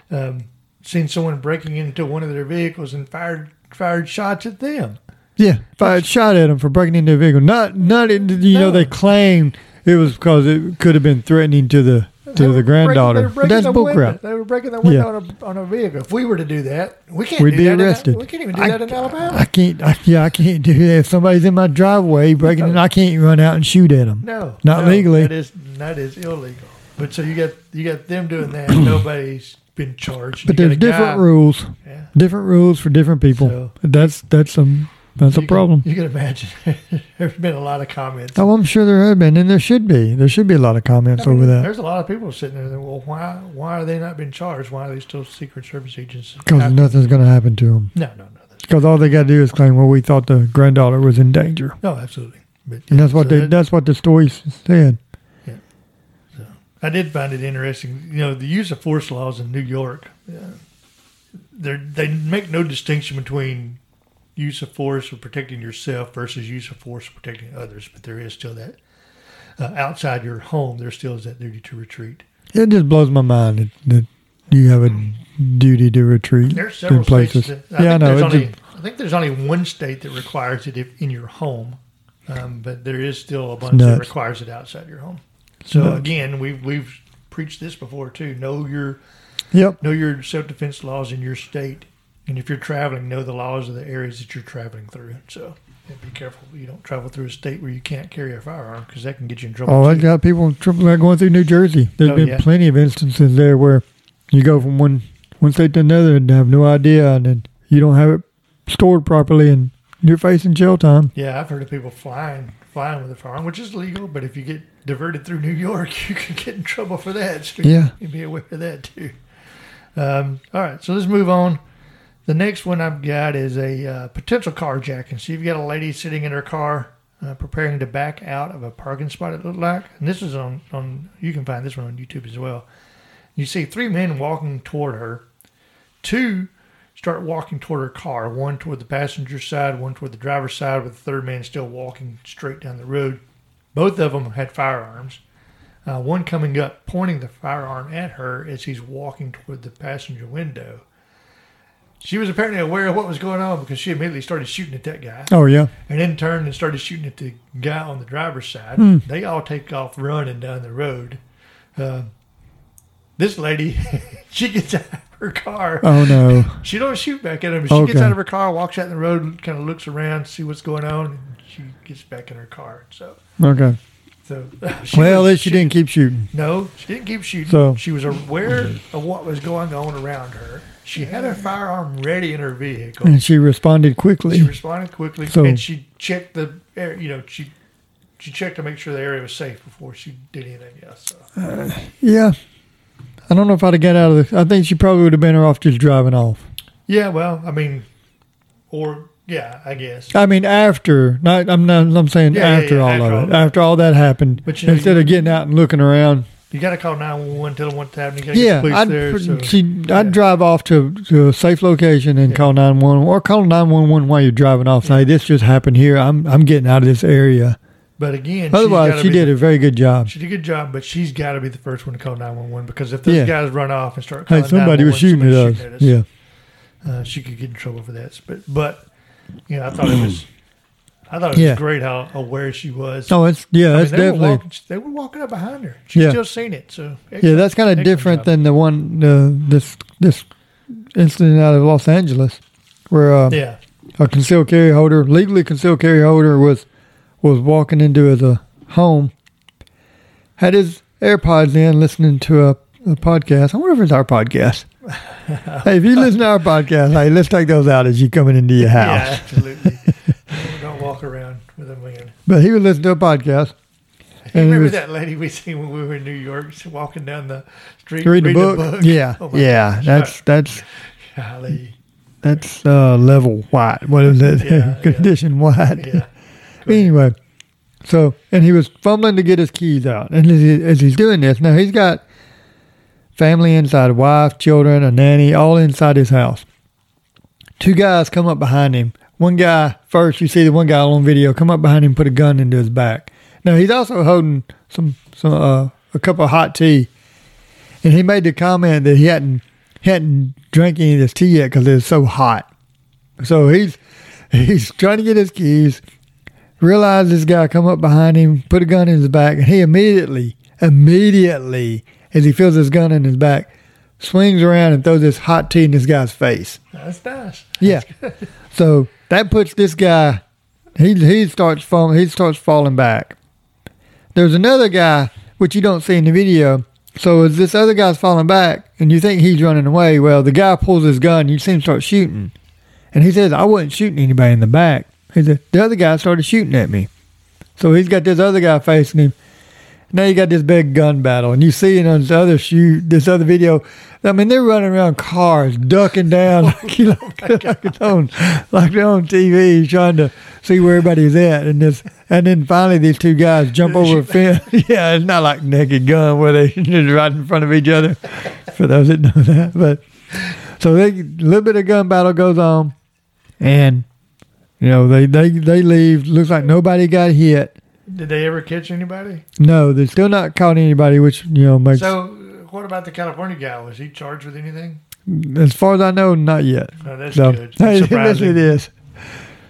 [SPEAKER 2] um, seen someone breaking into one of their vehicles and fired fired shots at them.
[SPEAKER 1] yeah, if I had shot at him for breaking into a vehicle, not not in- you know
[SPEAKER 2] No.
[SPEAKER 1] they claimed it was because it could have been threatening to the
[SPEAKER 2] They
[SPEAKER 1] to the
[SPEAKER 2] were breaking- they
[SPEAKER 1] granddaughter.
[SPEAKER 2] were breaking
[SPEAKER 1] That's
[SPEAKER 2] the
[SPEAKER 1] bull
[SPEAKER 2] window-
[SPEAKER 1] crap.
[SPEAKER 2] They were breaking the window
[SPEAKER 1] Yeah.
[SPEAKER 2] on, a, on a vehicle. If we were to do that, we can't.
[SPEAKER 1] We'd
[SPEAKER 2] do
[SPEAKER 1] be
[SPEAKER 2] that in Al-
[SPEAKER 1] arrested.
[SPEAKER 2] we can't even do
[SPEAKER 1] I-
[SPEAKER 2] that in Alabama.
[SPEAKER 1] I can't. I, yeah, I can't do that. If somebody's in my driveway breaking, in, I can't run out and shoot at them.
[SPEAKER 2] No,
[SPEAKER 1] Not
[SPEAKER 2] no,
[SPEAKER 1] legally.
[SPEAKER 2] That is that is illegal. But so you got you got them doing that. Nobody's been charged.
[SPEAKER 1] But
[SPEAKER 2] You got
[SPEAKER 1] there's
[SPEAKER 2] a
[SPEAKER 1] different
[SPEAKER 2] guy-
[SPEAKER 1] rules.
[SPEAKER 2] Yeah.
[SPEAKER 1] Different rules for different people.
[SPEAKER 2] So-
[SPEAKER 1] that's that's um that's a
[SPEAKER 2] You can-
[SPEAKER 1] problem.
[SPEAKER 2] you can imagine. There's been a lot of comments.
[SPEAKER 1] Oh, I'm sure there have been, and there should be. There should be a lot of comments
[SPEAKER 2] I mean,
[SPEAKER 1] over that.
[SPEAKER 2] There's a lot of people sitting there. That, well, why why are they not being charged? Why are they still Secret Service agents? I-
[SPEAKER 1] Because nothing's going to happen to them.
[SPEAKER 2] no, no, no, that's-
[SPEAKER 1] Because all they got to do is claim, well, we thought the granddaughter was in danger,
[SPEAKER 2] no, absolutely. But
[SPEAKER 1] and that's what
[SPEAKER 2] so
[SPEAKER 1] they,
[SPEAKER 2] that-
[SPEAKER 1] that's what the story said.
[SPEAKER 2] I did find it interesting. You know, the use of force laws in New York, uh, they they make no distinction between use of force for protecting yourself versus use of force for protecting others. But there is still that uh, outside your home, there still is that duty to retreat.
[SPEAKER 1] It just blows my mind that, that you have a duty to retreat
[SPEAKER 2] There's
[SPEAKER 1] in
[SPEAKER 2] several
[SPEAKER 1] places.
[SPEAKER 2] states. That, I
[SPEAKER 1] yeah, I
[SPEAKER 2] think
[SPEAKER 1] know.
[SPEAKER 2] There's
[SPEAKER 1] It
[SPEAKER 2] only,
[SPEAKER 1] just-
[SPEAKER 2] I think there's only one state that requires it if, in your home, um, but there is still a bunch
[SPEAKER 1] nuts.
[SPEAKER 2] that requires it outside your home. So
[SPEAKER 1] nuts.
[SPEAKER 2] again, we've we've preached this before too. Know your
[SPEAKER 1] yep.
[SPEAKER 2] know your self defense laws in your state, and if you're traveling, know the laws of the areas that you're traveling through. So yeah, be careful you don't travel through a state where you can't carry a firearm because that can get you in trouble.
[SPEAKER 1] Oh, I
[SPEAKER 2] too.
[SPEAKER 1] got people tripping like going through New Jersey. There's
[SPEAKER 2] Oh,
[SPEAKER 1] been
[SPEAKER 2] yeah.
[SPEAKER 1] plenty of instances there where you go from one one state to another and have no idea, and then you don't have it stored properly, and you're facing jail time.
[SPEAKER 2] yeah, I've heard of people flying flying with a firearm, which is legal, but if you get diverted through New York, you can get in trouble for that. So
[SPEAKER 1] Yeah.
[SPEAKER 2] You be aware of that too. Um, all right, so let's move on. The next one I've got is a uh, potential carjacking. So you've got a lady sitting in her car uh, preparing to back out of a parking spot. It looked like, and this is on on you can find this one on YouTube as well. You see three men walking toward her. Two start walking toward her car. One toward the passenger side, one toward the driver's side, with the third man still walking straight down the road. Both of them had firearms. Uh, one coming up, pointing the firearm at her as he's walking toward the passenger window. She was apparently aware of what was going on because she immediately started shooting at that guy
[SPEAKER 1] Oh yeah.
[SPEAKER 2] and then turned and started shooting at the guy on the driver's side. They all take off running down the road. Uh, this lady, she gets out of her car.
[SPEAKER 1] Oh no.
[SPEAKER 2] She don't shoot back at him. She gets
[SPEAKER 1] Okay.
[SPEAKER 2] out of her car, walks out in the road, kind of looks around, see what's going on. And she gets back in her car. So,
[SPEAKER 1] Okay.
[SPEAKER 2] so
[SPEAKER 1] well, at
[SPEAKER 2] was-
[SPEAKER 1] least you didn't keep shooting.
[SPEAKER 2] No, she didn't keep shooting.
[SPEAKER 1] So-
[SPEAKER 2] she was aware of what was going on around her. She had her firearm ready in her vehicle.
[SPEAKER 1] And she responded quickly.
[SPEAKER 2] She responded quickly,
[SPEAKER 1] So-
[SPEAKER 2] and she checked the air. You know, she she checked to make sure the area was safe before she did anything else. So.
[SPEAKER 1] yeah. I don't know if I'd have got out of this. I think she probably would have been better off just driving off.
[SPEAKER 2] Yeah, well, I mean, or yeah, I guess.
[SPEAKER 1] I mean, after not. I'm not. I'm saying
[SPEAKER 2] Yeah, yeah,
[SPEAKER 1] after
[SPEAKER 2] yeah,
[SPEAKER 1] all
[SPEAKER 2] after
[SPEAKER 1] of
[SPEAKER 2] all
[SPEAKER 1] it.
[SPEAKER 2] that.
[SPEAKER 1] After all that happened,
[SPEAKER 2] But you know,
[SPEAKER 1] instead
[SPEAKER 2] you-
[SPEAKER 1] of getting out and looking around,
[SPEAKER 2] You got to call nine one one, tell them what happened. You got to
[SPEAKER 1] yeah,
[SPEAKER 2] get the police
[SPEAKER 1] I'd
[SPEAKER 2] there. So.
[SPEAKER 1] see.
[SPEAKER 2] yeah.
[SPEAKER 1] I'd drive off to, to a safe location and call nine one one or call nine one one while you're driving off. Say this just happened here. I'm I'm getting out of this area.
[SPEAKER 2] But again,
[SPEAKER 1] Otherwise, she did a very good job.
[SPEAKER 2] She did a good job, but she's got to be the first one to call nine one one because if those
[SPEAKER 1] Yeah.
[SPEAKER 2] guys run off and start calling
[SPEAKER 1] Hey, somebody was
[SPEAKER 2] 911,
[SPEAKER 1] shooting at
[SPEAKER 2] somebody's
[SPEAKER 1] us. Yeah,
[SPEAKER 2] uh, she could get in trouble for that. But but you know, I thought it was, I thought it was
[SPEAKER 1] Yeah.
[SPEAKER 2] great how aware she was.
[SPEAKER 1] no, Oh, it's yeah,
[SPEAKER 2] I mean,
[SPEAKER 1] that's
[SPEAKER 2] they
[SPEAKER 1] definitely
[SPEAKER 2] Were walking, they were walking up behind her. She
[SPEAKER 1] Yeah.
[SPEAKER 2] still seen it. So
[SPEAKER 1] yeah, that's kind of
[SPEAKER 2] excellent
[SPEAKER 1] different
[SPEAKER 2] job.
[SPEAKER 1] than the one uh, this this incident out of Los Angeles, where uh,
[SPEAKER 2] yeah.
[SPEAKER 1] a concealed carry holder, legally concealed carry holder, was was walking into his uh, home, had his AirPods in, listening to a, a podcast. I wonder if it's our podcast. hey, if you listen to our podcast, hey, let's take those out as you coming into your house.
[SPEAKER 2] Yeah, absolutely. Don't walk around with them in.
[SPEAKER 1] But he would listen to a podcast.
[SPEAKER 2] You
[SPEAKER 1] And it
[SPEAKER 2] remember
[SPEAKER 1] was-
[SPEAKER 2] that lady we seen when we were in New York she walking down the street
[SPEAKER 1] Read the
[SPEAKER 2] reading
[SPEAKER 1] book. Yeah,
[SPEAKER 2] Oh my
[SPEAKER 1] yeah.
[SPEAKER 2] gosh.
[SPEAKER 1] That's that's
[SPEAKER 2] Golly.
[SPEAKER 1] that's uh, level white. What is it?
[SPEAKER 2] Yeah, yeah.
[SPEAKER 1] Condition white.
[SPEAKER 2] Yeah.
[SPEAKER 1] Anyway, so and he was fumbling to get his keys out, and as, he, as he's doing this, now he's got family inside, wife, children, a nanny, all inside his house. Two guys come up behind him. One guy first, you see the one guy on video come up behind him, put a gun into his back. Now he's also holding some some uh, a cup of hot tea, and he made the comment that he hadn't hadn't drank any of this tea yet because it was so hot. So he's he's trying to get his keys realized this guy come up behind him, put a gun in his back, and he immediately, immediately, as he feels his gun in his back, swings around and throws this hot tea in this guy's face.
[SPEAKER 2] That's nice.
[SPEAKER 1] Yeah. So that puts this guy he he starts falling he starts falling back. There's another guy which you don't see in the video. So as this other guy's falling back and you think he's running away, well the guy pulls his gun, you see him start shooting. And he says, I wasn't shooting anybody in the back. He said, The other guy started shooting at me. So he's got this other guy facing him. Now you got this big gun battle, and you see it on this other shoot, this other video. I mean, they're running around cars, ducking down like, you know, like it's on, like they're on TV, trying to see where everybody's at, and this, and then finally these two guys jump over a fence. Yeah, it's not like Naked Gun where they just right in front of each other. For those that know that, but so they a little bit of gun battle goes on, and you know they they they leave. Looks like nobody got hit.
[SPEAKER 2] Did they ever catch anybody?
[SPEAKER 1] No, they're still not caught anybody, which you know makes.
[SPEAKER 2] So, uh, what about the California guy? Was he charged with anything?
[SPEAKER 1] as far as I know, not yet.
[SPEAKER 2] No, that's
[SPEAKER 1] So
[SPEAKER 2] good. That's
[SPEAKER 1] yes, it
[SPEAKER 2] surprising.
[SPEAKER 1] is.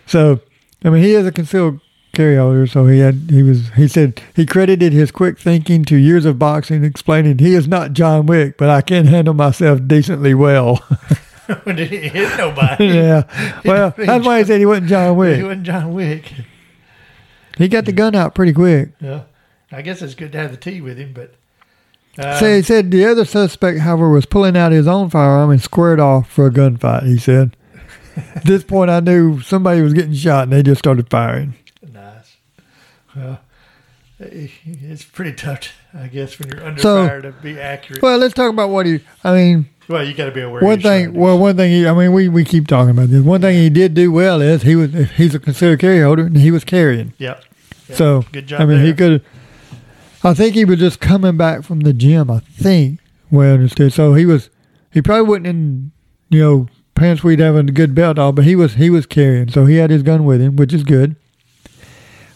[SPEAKER 1] So, I mean, he is a concealed carry holder, so he had he was he said he credited his quick thinking to years of boxing, explaining he is not John Wick, but I can handle myself decently well.
[SPEAKER 2] Did he hit nobody?
[SPEAKER 1] yeah, well,
[SPEAKER 2] He
[SPEAKER 1] that's why he said he wasn't John
[SPEAKER 2] He
[SPEAKER 1] Wick.
[SPEAKER 2] wasn't John Wick.
[SPEAKER 1] He got the gun out pretty quick.
[SPEAKER 2] Yeah. I guess it's good to have the tea with him, but. Uh,
[SPEAKER 1] So he said the other suspect, however, was pulling out his own firearm and squared off for a gunfight. He said, "At this point, I knew somebody was getting shot, and they just started firing."
[SPEAKER 2] nice. Uh, it's pretty tough, I guess, when you're under
[SPEAKER 1] So-
[SPEAKER 2] fire to be accurate.
[SPEAKER 1] Well, let's talk about what he. I mean,
[SPEAKER 2] well, you got to be aware. of
[SPEAKER 1] one
[SPEAKER 2] your
[SPEAKER 1] thing.
[SPEAKER 2] surroundings.
[SPEAKER 1] Well, one thing. He, I mean, we, we keep talking about this. One thing he did do well is he was he's a considered carry holder and he was carrying.
[SPEAKER 2] Yep. Yep.
[SPEAKER 1] So
[SPEAKER 2] good job.
[SPEAKER 1] I mean, he
[SPEAKER 2] there.
[SPEAKER 1] could. I think he was just coming back from the gym. I think. Well understood. So he was. He probably wasn't in. You know, pants we'd having a good belt on, but he was he was carrying. So he had his gun with him, which is good.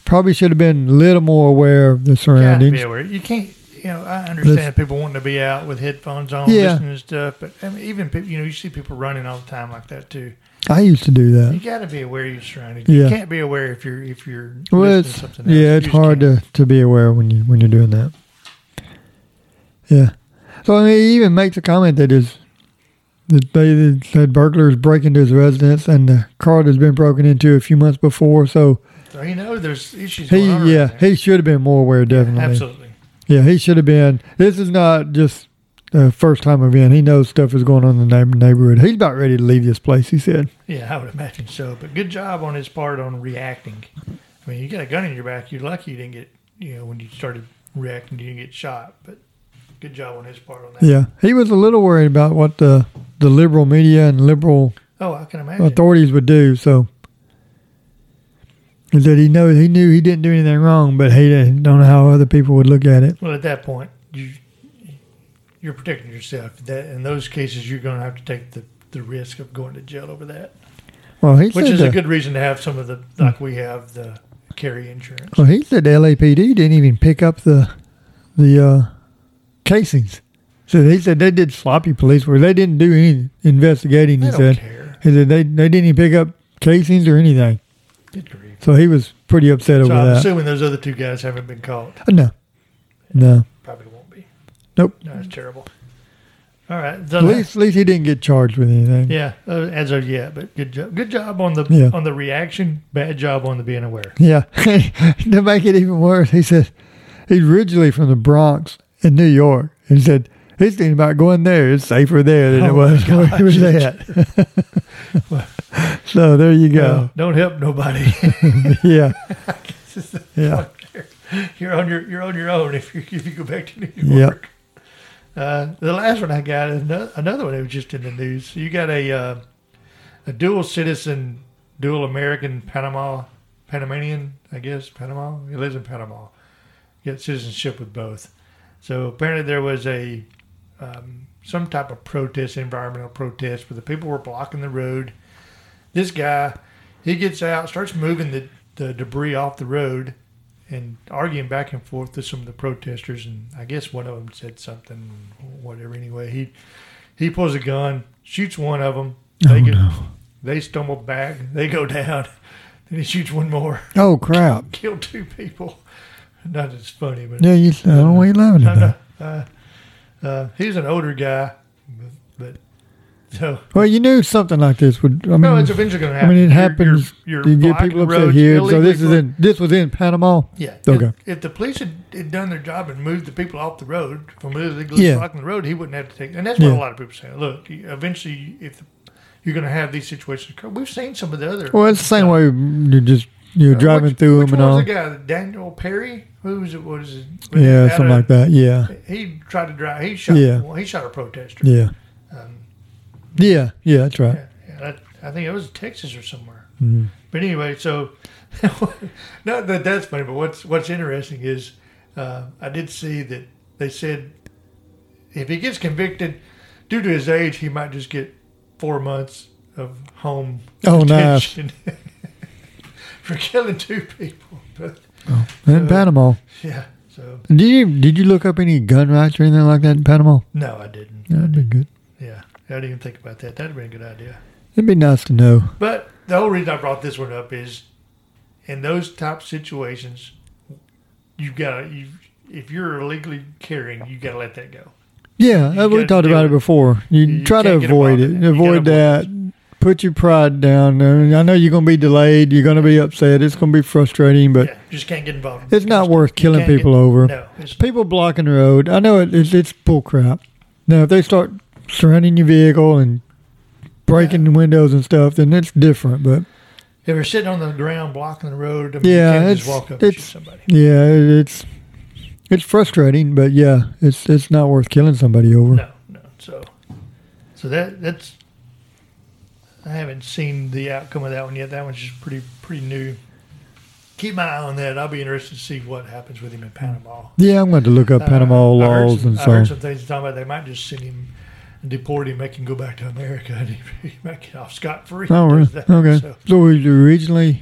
[SPEAKER 1] Probably should have been a little more aware of the
[SPEAKER 2] Gotta be
[SPEAKER 1] surroundings.
[SPEAKER 2] aware. You can't. You know, I understand people wanting to be out with headphones on,
[SPEAKER 1] Yeah.
[SPEAKER 2] listening to stuff, but I mean, even people, you know, you see people running all the time like that too.
[SPEAKER 1] I used to do that.
[SPEAKER 2] You got to be aware of your surroundings.
[SPEAKER 1] Yeah.
[SPEAKER 2] You can't be aware if you're if you're
[SPEAKER 1] Well,
[SPEAKER 2] listening to
[SPEAKER 1] it's,
[SPEAKER 2] something else.
[SPEAKER 1] yeah, it's hard to, to be aware when you when you're doing that. Yeah, so I mean, he even makes a comment that is that they said burglars break into his residence and the car has been broken into a few months before. So
[SPEAKER 2] So you know, there's issues.
[SPEAKER 1] he
[SPEAKER 2] going on
[SPEAKER 1] yeah
[SPEAKER 2] around there.
[SPEAKER 1] he should have been more aware definitely.
[SPEAKER 2] absolutely.
[SPEAKER 1] Yeah, he should have been. This is not just a first time event. He knows stuff is going on in the neigh- neighborhood. He's about ready to leave this place. He said.
[SPEAKER 2] Yeah, I would imagine so. But good job on his part on reacting. I mean, you got a gun in your back. You're lucky you didn't get, you know, when you started reacting, you didn't get shot. But good job on his part on that.
[SPEAKER 1] Yeah, he was a little worried about what the the liberal media and liberal
[SPEAKER 2] Oh, I can imagine.
[SPEAKER 1] authorities would do. So he said he know he knew he didn't do anything wrong, but he didn't, don't know how other people would look at it.
[SPEAKER 2] well, at that point, you you're protecting yourself. That in those cases, you're going to have to take the the risk of going to jail over that,
[SPEAKER 1] Well, he
[SPEAKER 2] which
[SPEAKER 1] said
[SPEAKER 2] is a
[SPEAKER 1] the-
[SPEAKER 2] good reason to have some of the like we have the carry insurance.
[SPEAKER 1] well, he said the LAPD didn't even pick up the the uh, casings. So he said they did sloppy police work. They didn't do any investigating.
[SPEAKER 2] They
[SPEAKER 1] He
[SPEAKER 2] don't
[SPEAKER 1] said
[SPEAKER 2] care.
[SPEAKER 1] he said they they didn't even pick up casings or anything.
[SPEAKER 2] Good grief.
[SPEAKER 1] So he was pretty upset
[SPEAKER 2] So
[SPEAKER 1] over
[SPEAKER 2] I'm
[SPEAKER 1] that. Uh,
[SPEAKER 2] assuming those other two guys haven't been caught.
[SPEAKER 1] no, no.
[SPEAKER 2] Probably won't be.
[SPEAKER 1] Nope.
[SPEAKER 2] No, it's terrible. All right.
[SPEAKER 1] At least, at least he didn't get charged with anything.
[SPEAKER 2] yeah, uh, as of yet, but good job. Good job on the
[SPEAKER 1] Yeah.
[SPEAKER 2] on the reaction. Bad job on the being aware.
[SPEAKER 1] Yeah. to make it even worse, he said he's originally from the Bronx in New York. He said he's thinking about going there. It's safer there than it
[SPEAKER 2] Oh,
[SPEAKER 1] was
[SPEAKER 2] my
[SPEAKER 1] where he was at. so there you
[SPEAKER 2] Uh,
[SPEAKER 1] go.
[SPEAKER 2] don't help nobody.
[SPEAKER 1] Yeah. Yeah.
[SPEAKER 2] you're on your you're on your own if you if you go back to New
[SPEAKER 1] Yep.
[SPEAKER 2] York. Uh, the last one I got is ano- another one that was just in the news. So you got a uh, a dual citizen, dual American Panama Panamanian, I guess Panama. He lives in Panama. Get citizenship with both. So apparently there was a um, some type of protest, environmental protest, where the people were blocking the road. This guy, he gets out, starts moving the, the debris off the road, and arguing back and forth with some of the protesters. And I guess one of them said something, whatever. Anyway, he he pulls a gun, shoots one of them.
[SPEAKER 1] Oh,
[SPEAKER 2] They get, they stumble back, they go down. Then he shoots one more,
[SPEAKER 1] Oh, crap.
[SPEAKER 2] killed two people. Not that it's funny, but
[SPEAKER 1] Yeah, you, I don't know what you're laughing
[SPEAKER 2] no,
[SPEAKER 1] at.
[SPEAKER 2] no.
[SPEAKER 1] that.
[SPEAKER 2] Uh, uh, he's an older guy, but, but so
[SPEAKER 1] Well, you knew something like this would. I mean,
[SPEAKER 2] no, it's eventually going to
[SPEAKER 1] I
[SPEAKER 2] happen.
[SPEAKER 1] mean, it
[SPEAKER 2] You're-
[SPEAKER 1] happens.
[SPEAKER 2] You're,
[SPEAKER 1] you
[SPEAKER 2] you're
[SPEAKER 1] get
[SPEAKER 2] blocking
[SPEAKER 1] people
[SPEAKER 2] the
[SPEAKER 1] upset
[SPEAKER 2] roads
[SPEAKER 1] here. So this is
[SPEAKER 2] illegally.
[SPEAKER 1] in this was in Panama.
[SPEAKER 2] Yeah.
[SPEAKER 1] Okay.
[SPEAKER 2] If, if the police had, had done their job and moved the people off the road from illegally
[SPEAKER 1] Yeah.
[SPEAKER 2] blocking the road, he wouldn't have to take. And that's what
[SPEAKER 1] Yeah.
[SPEAKER 2] a lot of people say. Look, you- eventually, if the, you're going to have these situations occur, we've seen some of the other.
[SPEAKER 1] Well, it's the same way you're just you're
[SPEAKER 2] Uh,
[SPEAKER 1] driving
[SPEAKER 2] which-
[SPEAKER 1] through
[SPEAKER 2] which
[SPEAKER 1] them and
[SPEAKER 2] one
[SPEAKER 1] all.
[SPEAKER 2] was the guy Daniel Perry? Who was it? What is it? Was it
[SPEAKER 1] Yeah,
[SPEAKER 2] out
[SPEAKER 1] something
[SPEAKER 2] of-
[SPEAKER 1] like that. Yeah.
[SPEAKER 2] He tried to drive. He shot.
[SPEAKER 1] Yeah.
[SPEAKER 2] Well, he shot a protester.
[SPEAKER 1] Yeah.
[SPEAKER 2] Um,
[SPEAKER 1] Yeah. Yeah. That's right.
[SPEAKER 2] Yeah, yeah, that, I think it was Texas or somewhere.
[SPEAKER 1] Mhm.
[SPEAKER 2] But anyway, so not that that's funny, but what's what's interesting is uh, I did see that they said if he gets convicted, due to his age, he might just get four months of home
[SPEAKER 1] Oh, nice.
[SPEAKER 2] detention for killing two people. But
[SPEAKER 1] In
[SPEAKER 2] So-
[SPEAKER 1] Panama.
[SPEAKER 2] yeah, so
[SPEAKER 1] Did you did you look up any gun rights or anything like that in Panama?
[SPEAKER 2] no, I didn't.
[SPEAKER 1] That'd be good.
[SPEAKER 2] Yeah, I didn't even think about that. That'd been a good idea.
[SPEAKER 1] It'd be nice to know.
[SPEAKER 2] But the whole reason I brought this one up is, in those type situations, you gotta you if you're illegally carrying, you gotta let that go.
[SPEAKER 1] Yeah, uh, we
[SPEAKER 2] gotta
[SPEAKER 1] talked
[SPEAKER 2] do
[SPEAKER 1] about it
[SPEAKER 2] it.
[SPEAKER 1] before. You,
[SPEAKER 2] You
[SPEAKER 1] try to
[SPEAKER 2] can't get
[SPEAKER 1] avoid it.
[SPEAKER 2] involved in it. You
[SPEAKER 1] Avoid
[SPEAKER 2] gotta
[SPEAKER 1] that. Put your pride down. I, mean, I know you're gonna be delayed. You're gonna be upset. It's gonna be frustrating, but
[SPEAKER 2] Yeah, you just can't get involved.
[SPEAKER 1] it's not
[SPEAKER 2] You
[SPEAKER 1] worth
[SPEAKER 2] can't
[SPEAKER 1] killing
[SPEAKER 2] get-
[SPEAKER 1] people over.
[SPEAKER 2] No, it's,
[SPEAKER 1] People blocking the road. I know it, it's it's bull crap. Now if they start surrounding your vehicle and breaking the windows and stuff, then it's different. But
[SPEAKER 2] If you're sitting on the ground blocking the road, I mean,
[SPEAKER 1] Yeah,
[SPEAKER 2] you can't
[SPEAKER 1] it's-
[SPEAKER 2] just walk up and shoot
[SPEAKER 1] it's-
[SPEAKER 2] somebody.
[SPEAKER 1] Yeah, it, it's it's frustrating, but yeah, it's it's not worth killing somebody over.
[SPEAKER 2] No, no. So, so that that's. I haven't seen the outcome of that one yet. That one's just pretty pretty new. Keep my eye on that. I'll be interested to see what happens with him in Panama.
[SPEAKER 1] Yeah, I'm going to look up Panama
[SPEAKER 2] Uh, I heard
[SPEAKER 1] laws
[SPEAKER 2] some-
[SPEAKER 1] and
[SPEAKER 2] I
[SPEAKER 1] so.
[SPEAKER 2] heard some
[SPEAKER 1] on.
[SPEAKER 2] things talking about they might just send him, deport him, make him go back to America, and he, he might get off scot free.
[SPEAKER 1] Oh, really? Okay. So,
[SPEAKER 2] So,
[SPEAKER 1] he's originally,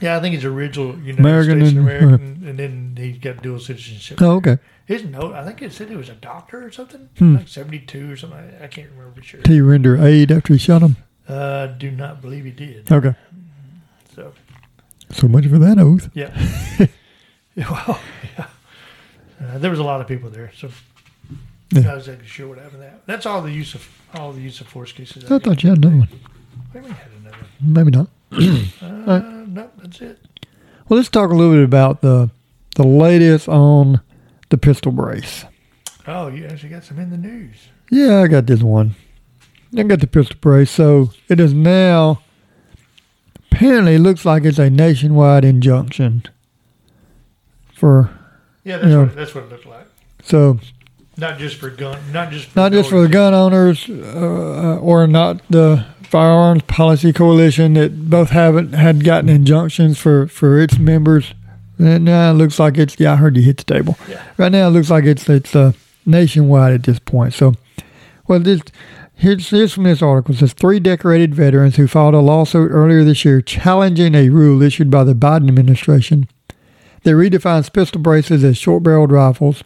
[SPEAKER 2] yeah, I think he's original United
[SPEAKER 1] American
[SPEAKER 2] States
[SPEAKER 1] and- uh,
[SPEAKER 2] American, and then he got dual citizenship.
[SPEAKER 1] oh, okay.
[SPEAKER 2] His note, I think it said he was a doctor or something,
[SPEAKER 1] Hmm.
[SPEAKER 2] like seventy-two or something. I- I can't remember for sure.
[SPEAKER 1] Did he render aid after he shot him?
[SPEAKER 2] Uh, do not believe he did.
[SPEAKER 1] Okay.
[SPEAKER 2] So
[SPEAKER 1] So much for that oath.
[SPEAKER 2] yeah, Yeah, well, yeah. Uh, there was a lot of people there, so
[SPEAKER 1] Yeah.
[SPEAKER 2] I'm not exactly sure what happened. to That that's all the use of all the use of force cases.
[SPEAKER 1] I thought you had another one.
[SPEAKER 2] Wait, we had another.
[SPEAKER 1] Maybe not.
[SPEAKER 2] one. Uh, no, that's it.
[SPEAKER 1] Well, let's talk a little bit about the the latest on the pistol brace.
[SPEAKER 2] Oh, you actually got some in the news.
[SPEAKER 1] Yeah, I got this one. I got the pistol brace. So it is now apparently looks like it's a nationwide injunction for
[SPEAKER 2] Yeah, that's,
[SPEAKER 1] Yeah.
[SPEAKER 2] What, that's what it looked like.
[SPEAKER 1] so
[SPEAKER 2] Not just for gun, not just for
[SPEAKER 1] not just for the
[SPEAKER 2] dogs.
[SPEAKER 1] gun owners uh, or not the firearms policy coalition that both haven't had gotten injunctions for for its members and now it looks like it's yeah i heard you hit the table
[SPEAKER 2] Yeah.
[SPEAKER 1] right now it looks like it's it's uh, nationwide at this point so well this here's, here's from this article it says three decorated veterans who filed a lawsuit earlier this year challenging a rule issued by the biden administration that redefines pistol braces as short-barreled rifles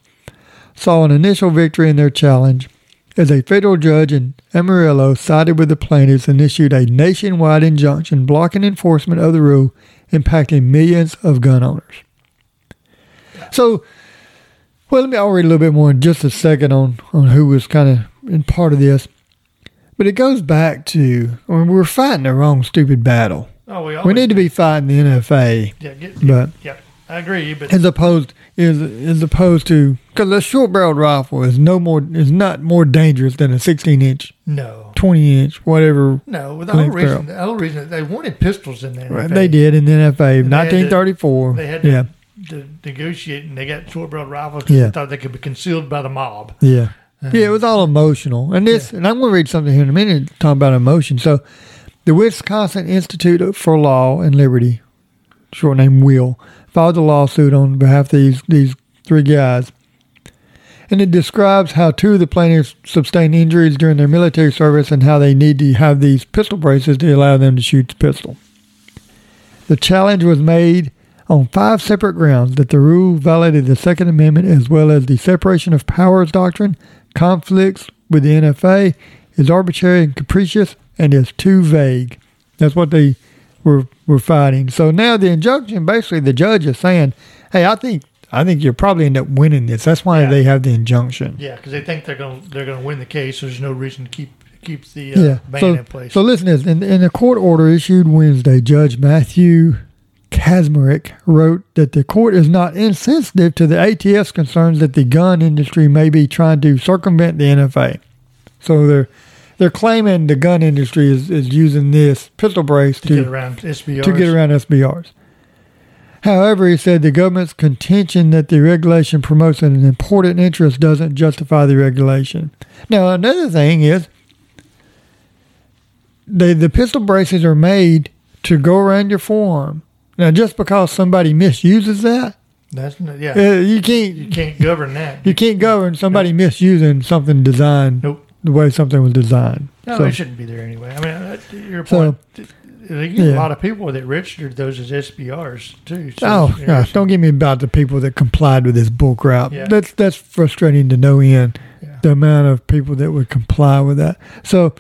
[SPEAKER 1] saw an initial victory in their challenge as a federal judge in Amarillo sided with the plaintiffs and issued a nationwide injunction blocking enforcement of the rule impacting millions of gun owners. So, well, let me, I'll read a little bit more in just a second on, on who was kind of in part of this. But it goes back to, I mean, we're fighting the wrong stupid battle.
[SPEAKER 2] Oh, we,
[SPEAKER 1] We
[SPEAKER 2] always-
[SPEAKER 1] need to be fighting the NFA
[SPEAKER 2] Yeah, get,
[SPEAKER 1] But-
[SPEAKER 2] yeah, I agree. But
[SPEAKER 1] as opposed is as opposed to because a short barreled rifle is no more is not more dangerous than a 16 inch
[SPEAKER 2] no,
[SPEAKER 1] 20 inch whatever
[SPEAKER 2] no. The whole
[SPEAKER 1] Link barrel.
[SPEAKER 2] reason, the whole reason that they wanted pistols in there.
[SPEAKER 1] right, they did in the NFA
[SPEAKER 2] had to-
[SPEAKER 1] 1934
[SPEAKER 2] They had to,
[SPEAKER 1] yeah
[SPEAKER 2] to negotiate, and they got short barreled rifles. 'cause
[SPEAKER 1] Yeah.
[SPEAKER 2] They thought they could be concealed by the mob.
[SPEAKER 1] yeah
[SPEAKER 2] Uh-huh.
[SPEAKER 1] yeah it was all emotional and this and I'm going to read something here in a minute talking about emotion so the Wisconsin Institute for Law and Liberty short name Will filed a lawsuit on behalf of these these three guys and it describes how two of the plaintiffs sustained injuries during their military service and how they need to have these pistol braces to allow them to shoot the pistol. The challenge was made on five separate grounds that the rule violated the Second Amendment as well as the separation of powers doctrine, conflicts with the NFA, is arbitrary and capricious, and is too vague. That's what they were were fighting. So now the injunction, basically, the judge is saying, "Hey, I think I think you'll probably end up winning this. That's why
[SPEAKER 2] Yeah.
[SPEAKER 1] they have the injunction."
[SPEAKER 2] Yeah, because they think they're going to they're going to win the case. So there's no reason to keep keep the uh, ban
[SPEAKER 1] so,
[SPEAKER 2] in place.
[SPEAKER 1] So listen to this. In, in a court order issued Wednesday, Judge Matthew Kazmarek wrote that the court is not insensitive to the ATF's concerns that the gun industry may be trying to circumvent the NFA. So they're they're claiming the gun industry is, is using this pistol brace
[SPEAKER 2] to get around SBRs.
[SPEAKER 1] to get around SBRs. However, he said the government's contention that the regulation promotes an important interest doesn't justify the regulation. Now, another thing is they, the pistol braces are made to go around your forearm. Now, just because somebody misuses that,
[SPEAKER 2] That's not, yeah.
[SPEAKER 1] uh, you can't
[SPEAKER 2] you can't govern that.
[SPEAKER 1] you can't govern somebody misusing something designed
[SPEAKER 2] Nope.
[SPEAKER 1] the way something was designed.
[SPEAKER 2] No,
[SPEAKER 1] So-
[SPEAKER 2] they shouldn't be there anyway. I mean, uh, to your
[SPEAKER 1] So-
[SPEAKER 2] point. th- They get
[SPEAKER 1] Yeah.
[SPEAKER 2] a lot of people that registered those as SBRs too. So,
[SPEAKER 1] Oh
[SPEAKER 2] you know,
[SPEAKER 1] gosh! Don't get me about the people that complied with this bull crap.
[SPEAKER 2] Yeah.
[SPEAKER 1] That's that's frustrating to no end.
[SPEAKER 2] Yeah.
[SPEAKER 1] The amount of people that would comply with that. So,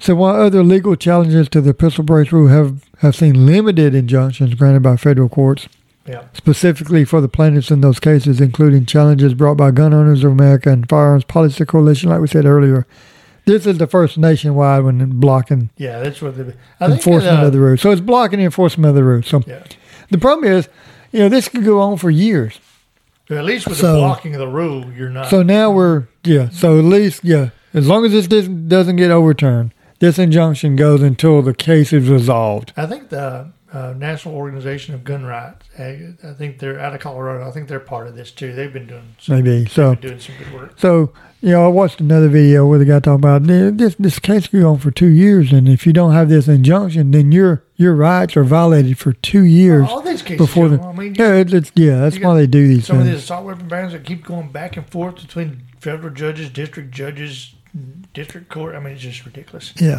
[SPEAKER 1] so while other legal challenges to the pistol brace rule have have seen limited injunctions granted by federal courts,
[SPEAKER 2] yeah,
[SPEAKER 1] specifically for the plaintiffs in those cases, including challenges brought by Gun Owners of America and Firearms Policy Coalition, like we said earlier. This is the first nationwide one blocking
[SPEAKER 2] yeah, that's what the
[SPEAKER 1] enforcement of the rule. So it's blocking the enforcement of the rule. So
[SPEAKER 2] uh, yeah.
[SPEAKER 1] the problem is, you know, this could go on for years.
[SPEAKER 2] At least with
[SPEAKER 1] So-
[SPEAKER 2] the blocking of the rule, you're not.
[SPEAKER 1] So now we're yeah. So at least yeah, as long as this doesn't doesn't get overturned, this injunction goes until the case is resolved.
[SPEAKER 2] I think the uh, National Organization of Gun Rights. uh, I, I think they're out of Colorado. I think they're part of this too. They've been doing some,
[SPEAKER 1] maybe. So,
[SPEAKER 2] been doing some good work.
[SPEAKER 1] so you know, I watched another video where the guy talking about "Yeah, this this case could go on for two years, and if you don't have this injunction, then your your rights are violated for two years
[SPEAKER 2] All these cases
[SPEAKER 1] before
[SPEAKER 2] go
[SPEAKER 1] the.
[SPEAKER 2] on. I mean, you-
[SPEAKER 1] yeah, it's, it's- yeah, that's
[SPEAKER 2] Oh, you
[SPEAKER 1] why
[SPEAKER 2] got
[SPEAKER 1] they do these
[SPEAKER 2] some of
[SPEAKER 1] things.
[SPEAKER 2] these assault weapon bans that keep going back and forth between federal judges, district judges, district court. I mean, it's just ridiculous.
[SPEAKER 1] yeah,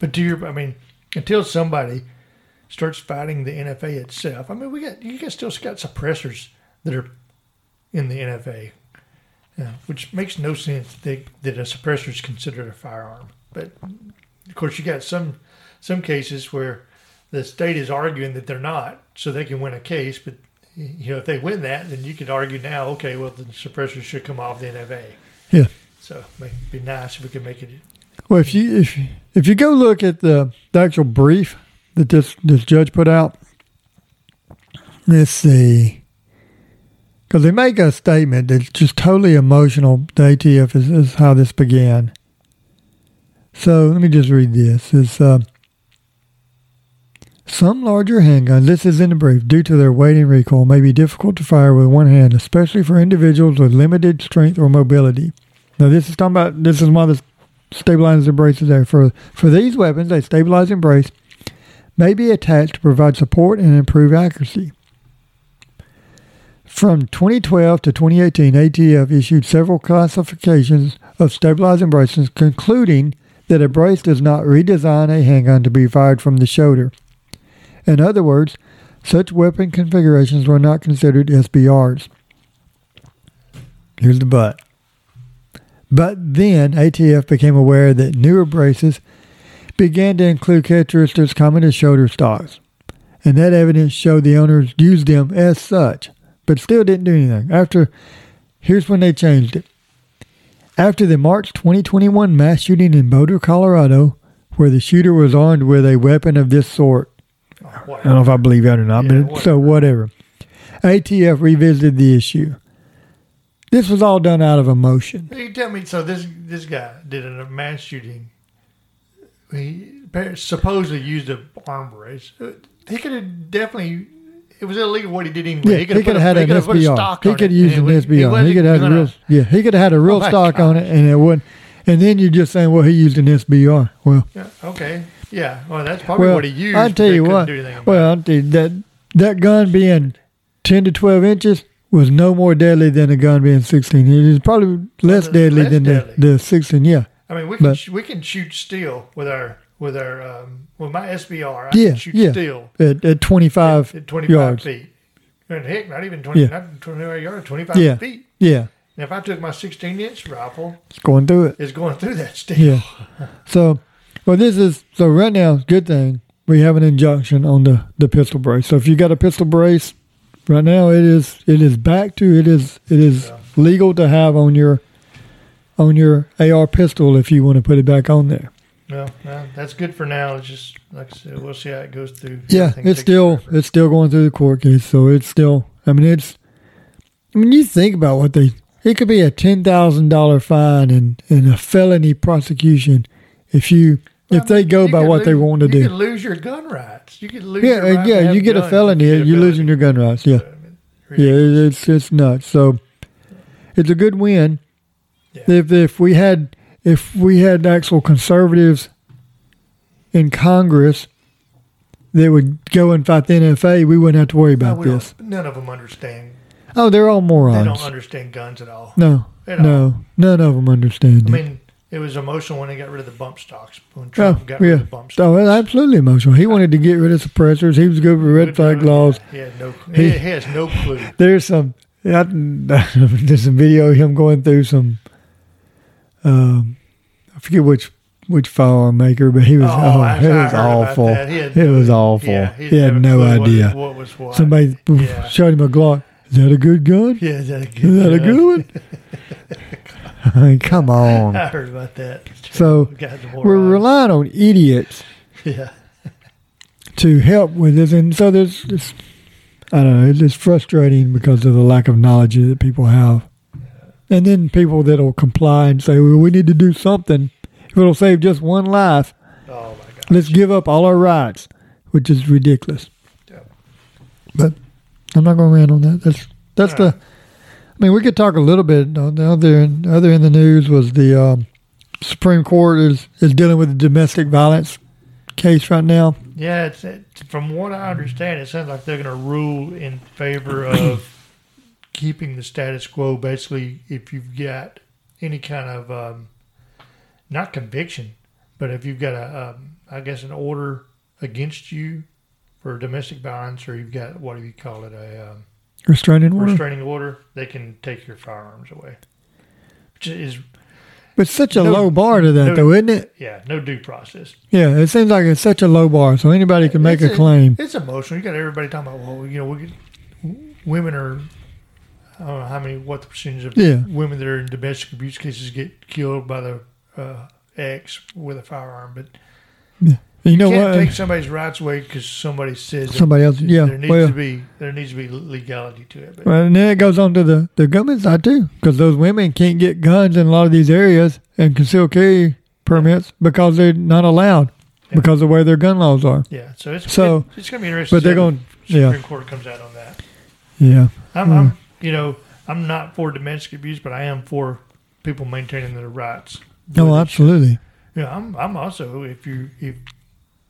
[SPEAKER 2] But to your, I mean, until somebody starts fighting the NFA itself, I mean, we got you guys still got suppressors that are in the NFA, uh, which makes no sense to think that a suppressor is considered a firearm. But of course, you got some some cases where the state is arguing that they're not, so they can win a case. But you know, if they win that, then you could argue now, okay, well, the suppressors should come off the NFA.
[SPEAKER 1] yeah.
[SPEAKER 2] So it'd be nice if we could make it
[SPEAKER 1] Well, if you if if you go look at the, the actual brief that this this judge put out, let's see, because they make a statement that's just totally emotional. The ATF is, is how this began. So let me just read this. It's uh, some larger handguns. This is in the brief. Due to their weight and recoil, may be difficult to fire with one hand, especially for individuals with limited strength or mobility. Now, this is talking about this is one of the stabilizers and braces there. For for these weapons, a stabilizing brace may be attached to provide support and improve accuracy. From 2012 to 2018, ATF issued several classifications of stabilizing braces, concluding that a brace does not redesign a handgun to be fired from the shoulder. In other words, such weapon configurations were not considered SBRs. Here's the but. But then ATF became aware that newer braces began to include characteristics common to shoulder stocks, and that evidence showed the owners used them as such, but still didn't do anything. After, here's when they changed it. After the March 2021 mass shooting in Boulder, Colorado, where the shooter was armed with a weapon of this sort, I don't know if I believe that or not,
[SPEAKER 2] Yeah,
[SPEAKER 1] but so whatever. ATF revisited the issue. This was all done out of emotion.
[SPEAKER 2] You tell me. So this this guy did a mass shooting. He apparently- supposedly used a arm brace. Uh, He could have definitely. It was illegal what he did anyway.
[SPEAKER 1] Yeah, he could have had an SBR. He could have used an SBR. He could have had a
[SPEAKER 2] a
[SPEAKER 1] real yeah. He could have had a real
[SPEAKER 2] Oh my
[SPEAKER 1] stock on it, and it wouldn't. And then you're just saying, well, he used an SBR. Well,
[SPEAKER 2] okay. Yeah. Well, that's probably
[SPEAKER 1] well,
[SPEAKER 2] what he used.
[SPEAKER 1] I
[SPEAKER 2] but
[SPEAKER 1] tell
[SPEAKER 2] they
[SPEAKER 1] you
[SPEAKER 2] couldn't
[SPEAKER 1] what.
[SPEAKER 2] do anything about it.
[SPEAKER 1] Well, I tell you, that that gun being ten to twelve inches was no more deadly than a gun being sixteen. It is probably less
[SPEAKER 2] the-
[SPEAKER 1] deadly
[SPEAKER 2] less
[SPEAKER 1] than
[SPEAKER 2] deadly.
[SPEAKER 1] the the sixteen. Yeah.
[SPEAKER 2] I mean, we can
[SPEAKER 1] but-
[SPEAKER 2] sh- we can shoot steel with our with our um, with my SBR. I
[SPEAKER 1] Yeah,
[SPEAKER 2] can shoot
[SPEAKER 1] yeah.
[SPEAKER 2] steel
[SPEAKER 1] At, at 25
[SPEAKER 2] at twenty five
[SPEAKER 1] yards.
[SPEAKER 2] feet. And heck, not even twenty,
[SPEAKER 1] Yeah.
[SPEAKER 2] not twenty five yards, twenty five
[SPEAKER 1] Yeah.
[SPEAKER 2] feet.
[SPEAKER 1] Yeah.
[SPEAKER 2] And if I took my sixteen inch rifle,
[SPEAKER 1] It's going through it.
[SPEAKER 2] is going through that steel.
[SPEAKER 1] Yeah. So, well, this is so right now. Good thing we have an injunction on the the pistol brace. So if you got a pistol brace, right now it is it is back to it is it is
[SPEAKER 2] Yeah.
[SPEAKER 1] legal to have on your on your AR pistol if you want to put it back on there.
[SPEAKER 2] Well, well, that's good for now. It's just like I said, we'll see how it goes through.
[SPEAKER 1] Yeah,
[SPEAKER 2] Everything
[SPEAKER 1] it's
[SPEAKER 2] takes
[SPEAKER 1] still
[SPEAKER 2] forever.
[SPEAKER 1] it's still going through the court case, so it's still. I mean, it's. I mean, you think about what they. It could be a ten thousand dollar fine and and a felony prosecution if you
[SPEAKER 2] Well,
[SPEAKER 1] if they
[SPEAKER 2] I mean,
[SPEAKER 1] go
[SPEAKER 2] you
[SPEAKER 1] by
[SPEAKER 2] could
[SPEAKER 1] what they
[SPEAKER 2] lose-
[SPEAKER 1] want to
[SPEAKER 2] You
[SPEAKER 1] do.
[SPEAKER 2] could lose your gun rights. You could lose.
[SPEAKER 1] Yeah, uh,
[SPEAKER 2] your right to
[SPEAKER 1] yeah,
[SPEAKER 2] have
[SPEAKER 1] you get a
[SPEAKER 2] guns
[SPEAKER 1] felony,
[SPEAKER 2] if
[SPEAKER 1] you're
[SPEAKER 2] have
[SPEAKER 1] losing your gun rights. Yeah,
[SPEAKER 2] guns. I mean,
[SPEAKER 1] yeah,
[SPEAKER 2] really.
[SPEAKER 1] it- it's it's nuts. So it's a good win.
[SPEAKER 2] Yeah.
[SPEAKER 1] If if we had if we had actual conservatives in Congress that would go and fight the NFA, we wouldn't have to worry
[SPEAKER 2] No,
[SPEAKER 1] about
[SPEAKER 2] we don't-
[SPEAKER 1] this.
[SPEAKER 2] None of them understand.
[SPEAKER 1] Oh, they're all
[SPEAKER 2] They don't
[SPEAKER 1] morons.
[SPEAKER 2] understand guns at all.
[SPEAKER 1] No,
[SPEAKER 2] They don't.
[SPEAKER 1] no, none of them understand
[SPEAKER 2] I
[SPEAKER 1] it.
[SPEAKER 2] mean, it was emotional when they got rid of the bump stocks. When Trump
[SPEAKER 1] Oh,
[SPEAKER 2] got
[SPEAKER 1] yeah.
[SPEAKER 2] rid of the bump
[SPEAKER 1] Oh,
[SPEAKER 2] stocks.
[SPEAKER 1] it's absolutely emotional. He wanted to get rid of suppressors. He was good with red flag laws.
[SPEAKER 2] He had no.
[SPEAKER 1] He-
[SPEAKER 2] He, he has no clue.
[SPEAKER 1] There's some. I, there's some video of him going through some. Um, I forget which which firearm maker, but he was. Oh, it
[SPEAKER 2] I- I
[SPEAKER 1] was
[SPEAKER 2] heard about
[SPEAKER 1] awful.
[SPEAKER 2] that. He had
[SPEAKER 1] It was
[SPEAKER 2] no-
[SPEAKER 1] awful.
[SPEAKER 2] yeah,
[SPEAKER 1] he had
[SPEAKER 2] never
[SPEAKER 1] no
[SPEAKER 2] clue what-
[SPEAKER 1] idea.
[SPEAKER 2] what was what.
[SPEAKER 1] Somebody
[SPEAKER 2] Yeah.
[SPEAKER 1] showed him a Glock. Is that a good gun?
[SPEAKER 2] Yeah, is that a good?
[SPEAKER 1] Is that a
[SPEAKER 2] gun?
[SPEAKER 1] good one? I mean, come on.
[SPEAKER 2] I heard about that.
[SPEAKER 1] So,
[SPEAKER 2] Guys are
[SPEAKER 1] We're
[SPEAKER 2] morons.
[SPEAKER 1] relying on idiots
[SPEAKER 2] yeah,
[SPEAKER 1] to help with this, and so there's, it's, I don't know, it's just frustrating because of the lack of knowledge that people have, and then people that'll comply and say, "Well, we need to do something. If it'll save just one life,
[SPEAKER 2] oh my god,
[SPEAKER 1] let's give up all our rights." which is ridiculous.
[SPEAKER 2] Yeah.
[SPEAKER 1] But I'm not going to rant on that. That's that's
[SPEAKER 2] All right.
[SPEAKER 1] the. I mean, we could talk a little bit on the other other in the news was the um, Supreme Court is is dealing with a domestic violence case right now.
[SPEAKER 2] Yeah, it's, it, from what I understand, it sounds like they're going to rule in favor of keeping the status quo. Basically, if you've got any kind of um, not conviction, but if you've got a, um, I guess, an order against you for domestic violence, or you've got what do you call it, a um,
[SPEAKER 1] Restraining order.
[SPEAKER 2] restraining order, they can take your firearms away. Which is
[SPEAKER 1] But it's such a
[SPEAKER 2] No-
[SPEAKER 1] low bar to that,
[SPEAKER 2] no-
[SPEAKER 1] though, isn't it?
[SPEAKER 2] yeah, no due process.
[SPEAKER 1] Yeah, it seems like it's such a low bar, so anybody can make
[SPEAKER 2] It's
[SPEAKER 1] a claim.
[SPEAKER 2] It's emotional. You got everybody talking about, well, you know, we could, women are. I don't know how many, what the percentage of
[SPEAKER 1] Yeah.
[SPEAKER 2] women that are in domestic abuse cases get killed by the uh, ex with a firearm, but
[SPEAKER 1] You
[SPEAKER 2] you
[SPEAKER 1] know
[SPEAKER 2] can't
[SPEAKER 1] what?
[SPEAKER 2] take somebody's rights away because somebody says that
[SPEAKER 1] uh, Somebody else, yeah.
[SPEAKER 2] there needs
[SPEAKER 1] well,
[SPEAKER 2] to be there needs to be legality to it. But
[SPEAKER 1] Well, and then it goes on to the, the gun side too, because those women can't get guns in a lot of these areas and concealed carry permits because they're not allowed
[SPEAKER 2] Yeah.
[SPEAKER 1] because of the way their gun laws are.
[SPEAKER 2] yeah, so it's
[SPEAKER 1] So-
[SPEAKER 2] it- it's going to be interesting.
[SPEAKER 1] But they're
[SPEAKER 2] to see
[SPEAKER 1] going,
[SPEAKER 2] how the
[SPEAKER 1] yeah,
[SPEAKER 2] Supreme Court comes out on that.
[SPEAKER 1] yeah,
[SPEAKER 2] I'm,
[SPEAKER 1] Hmm.
[SPEAKER 2] I'm you know I'm not for domestic abuse, but I am for people maintaining their rights.
[SPEAKER 1] no,
[SPEAKER 2] But-
[SPEAKER 1] Oh, absolutely,
[SPEAKER 2] Yeah, I'm. I'm also if you if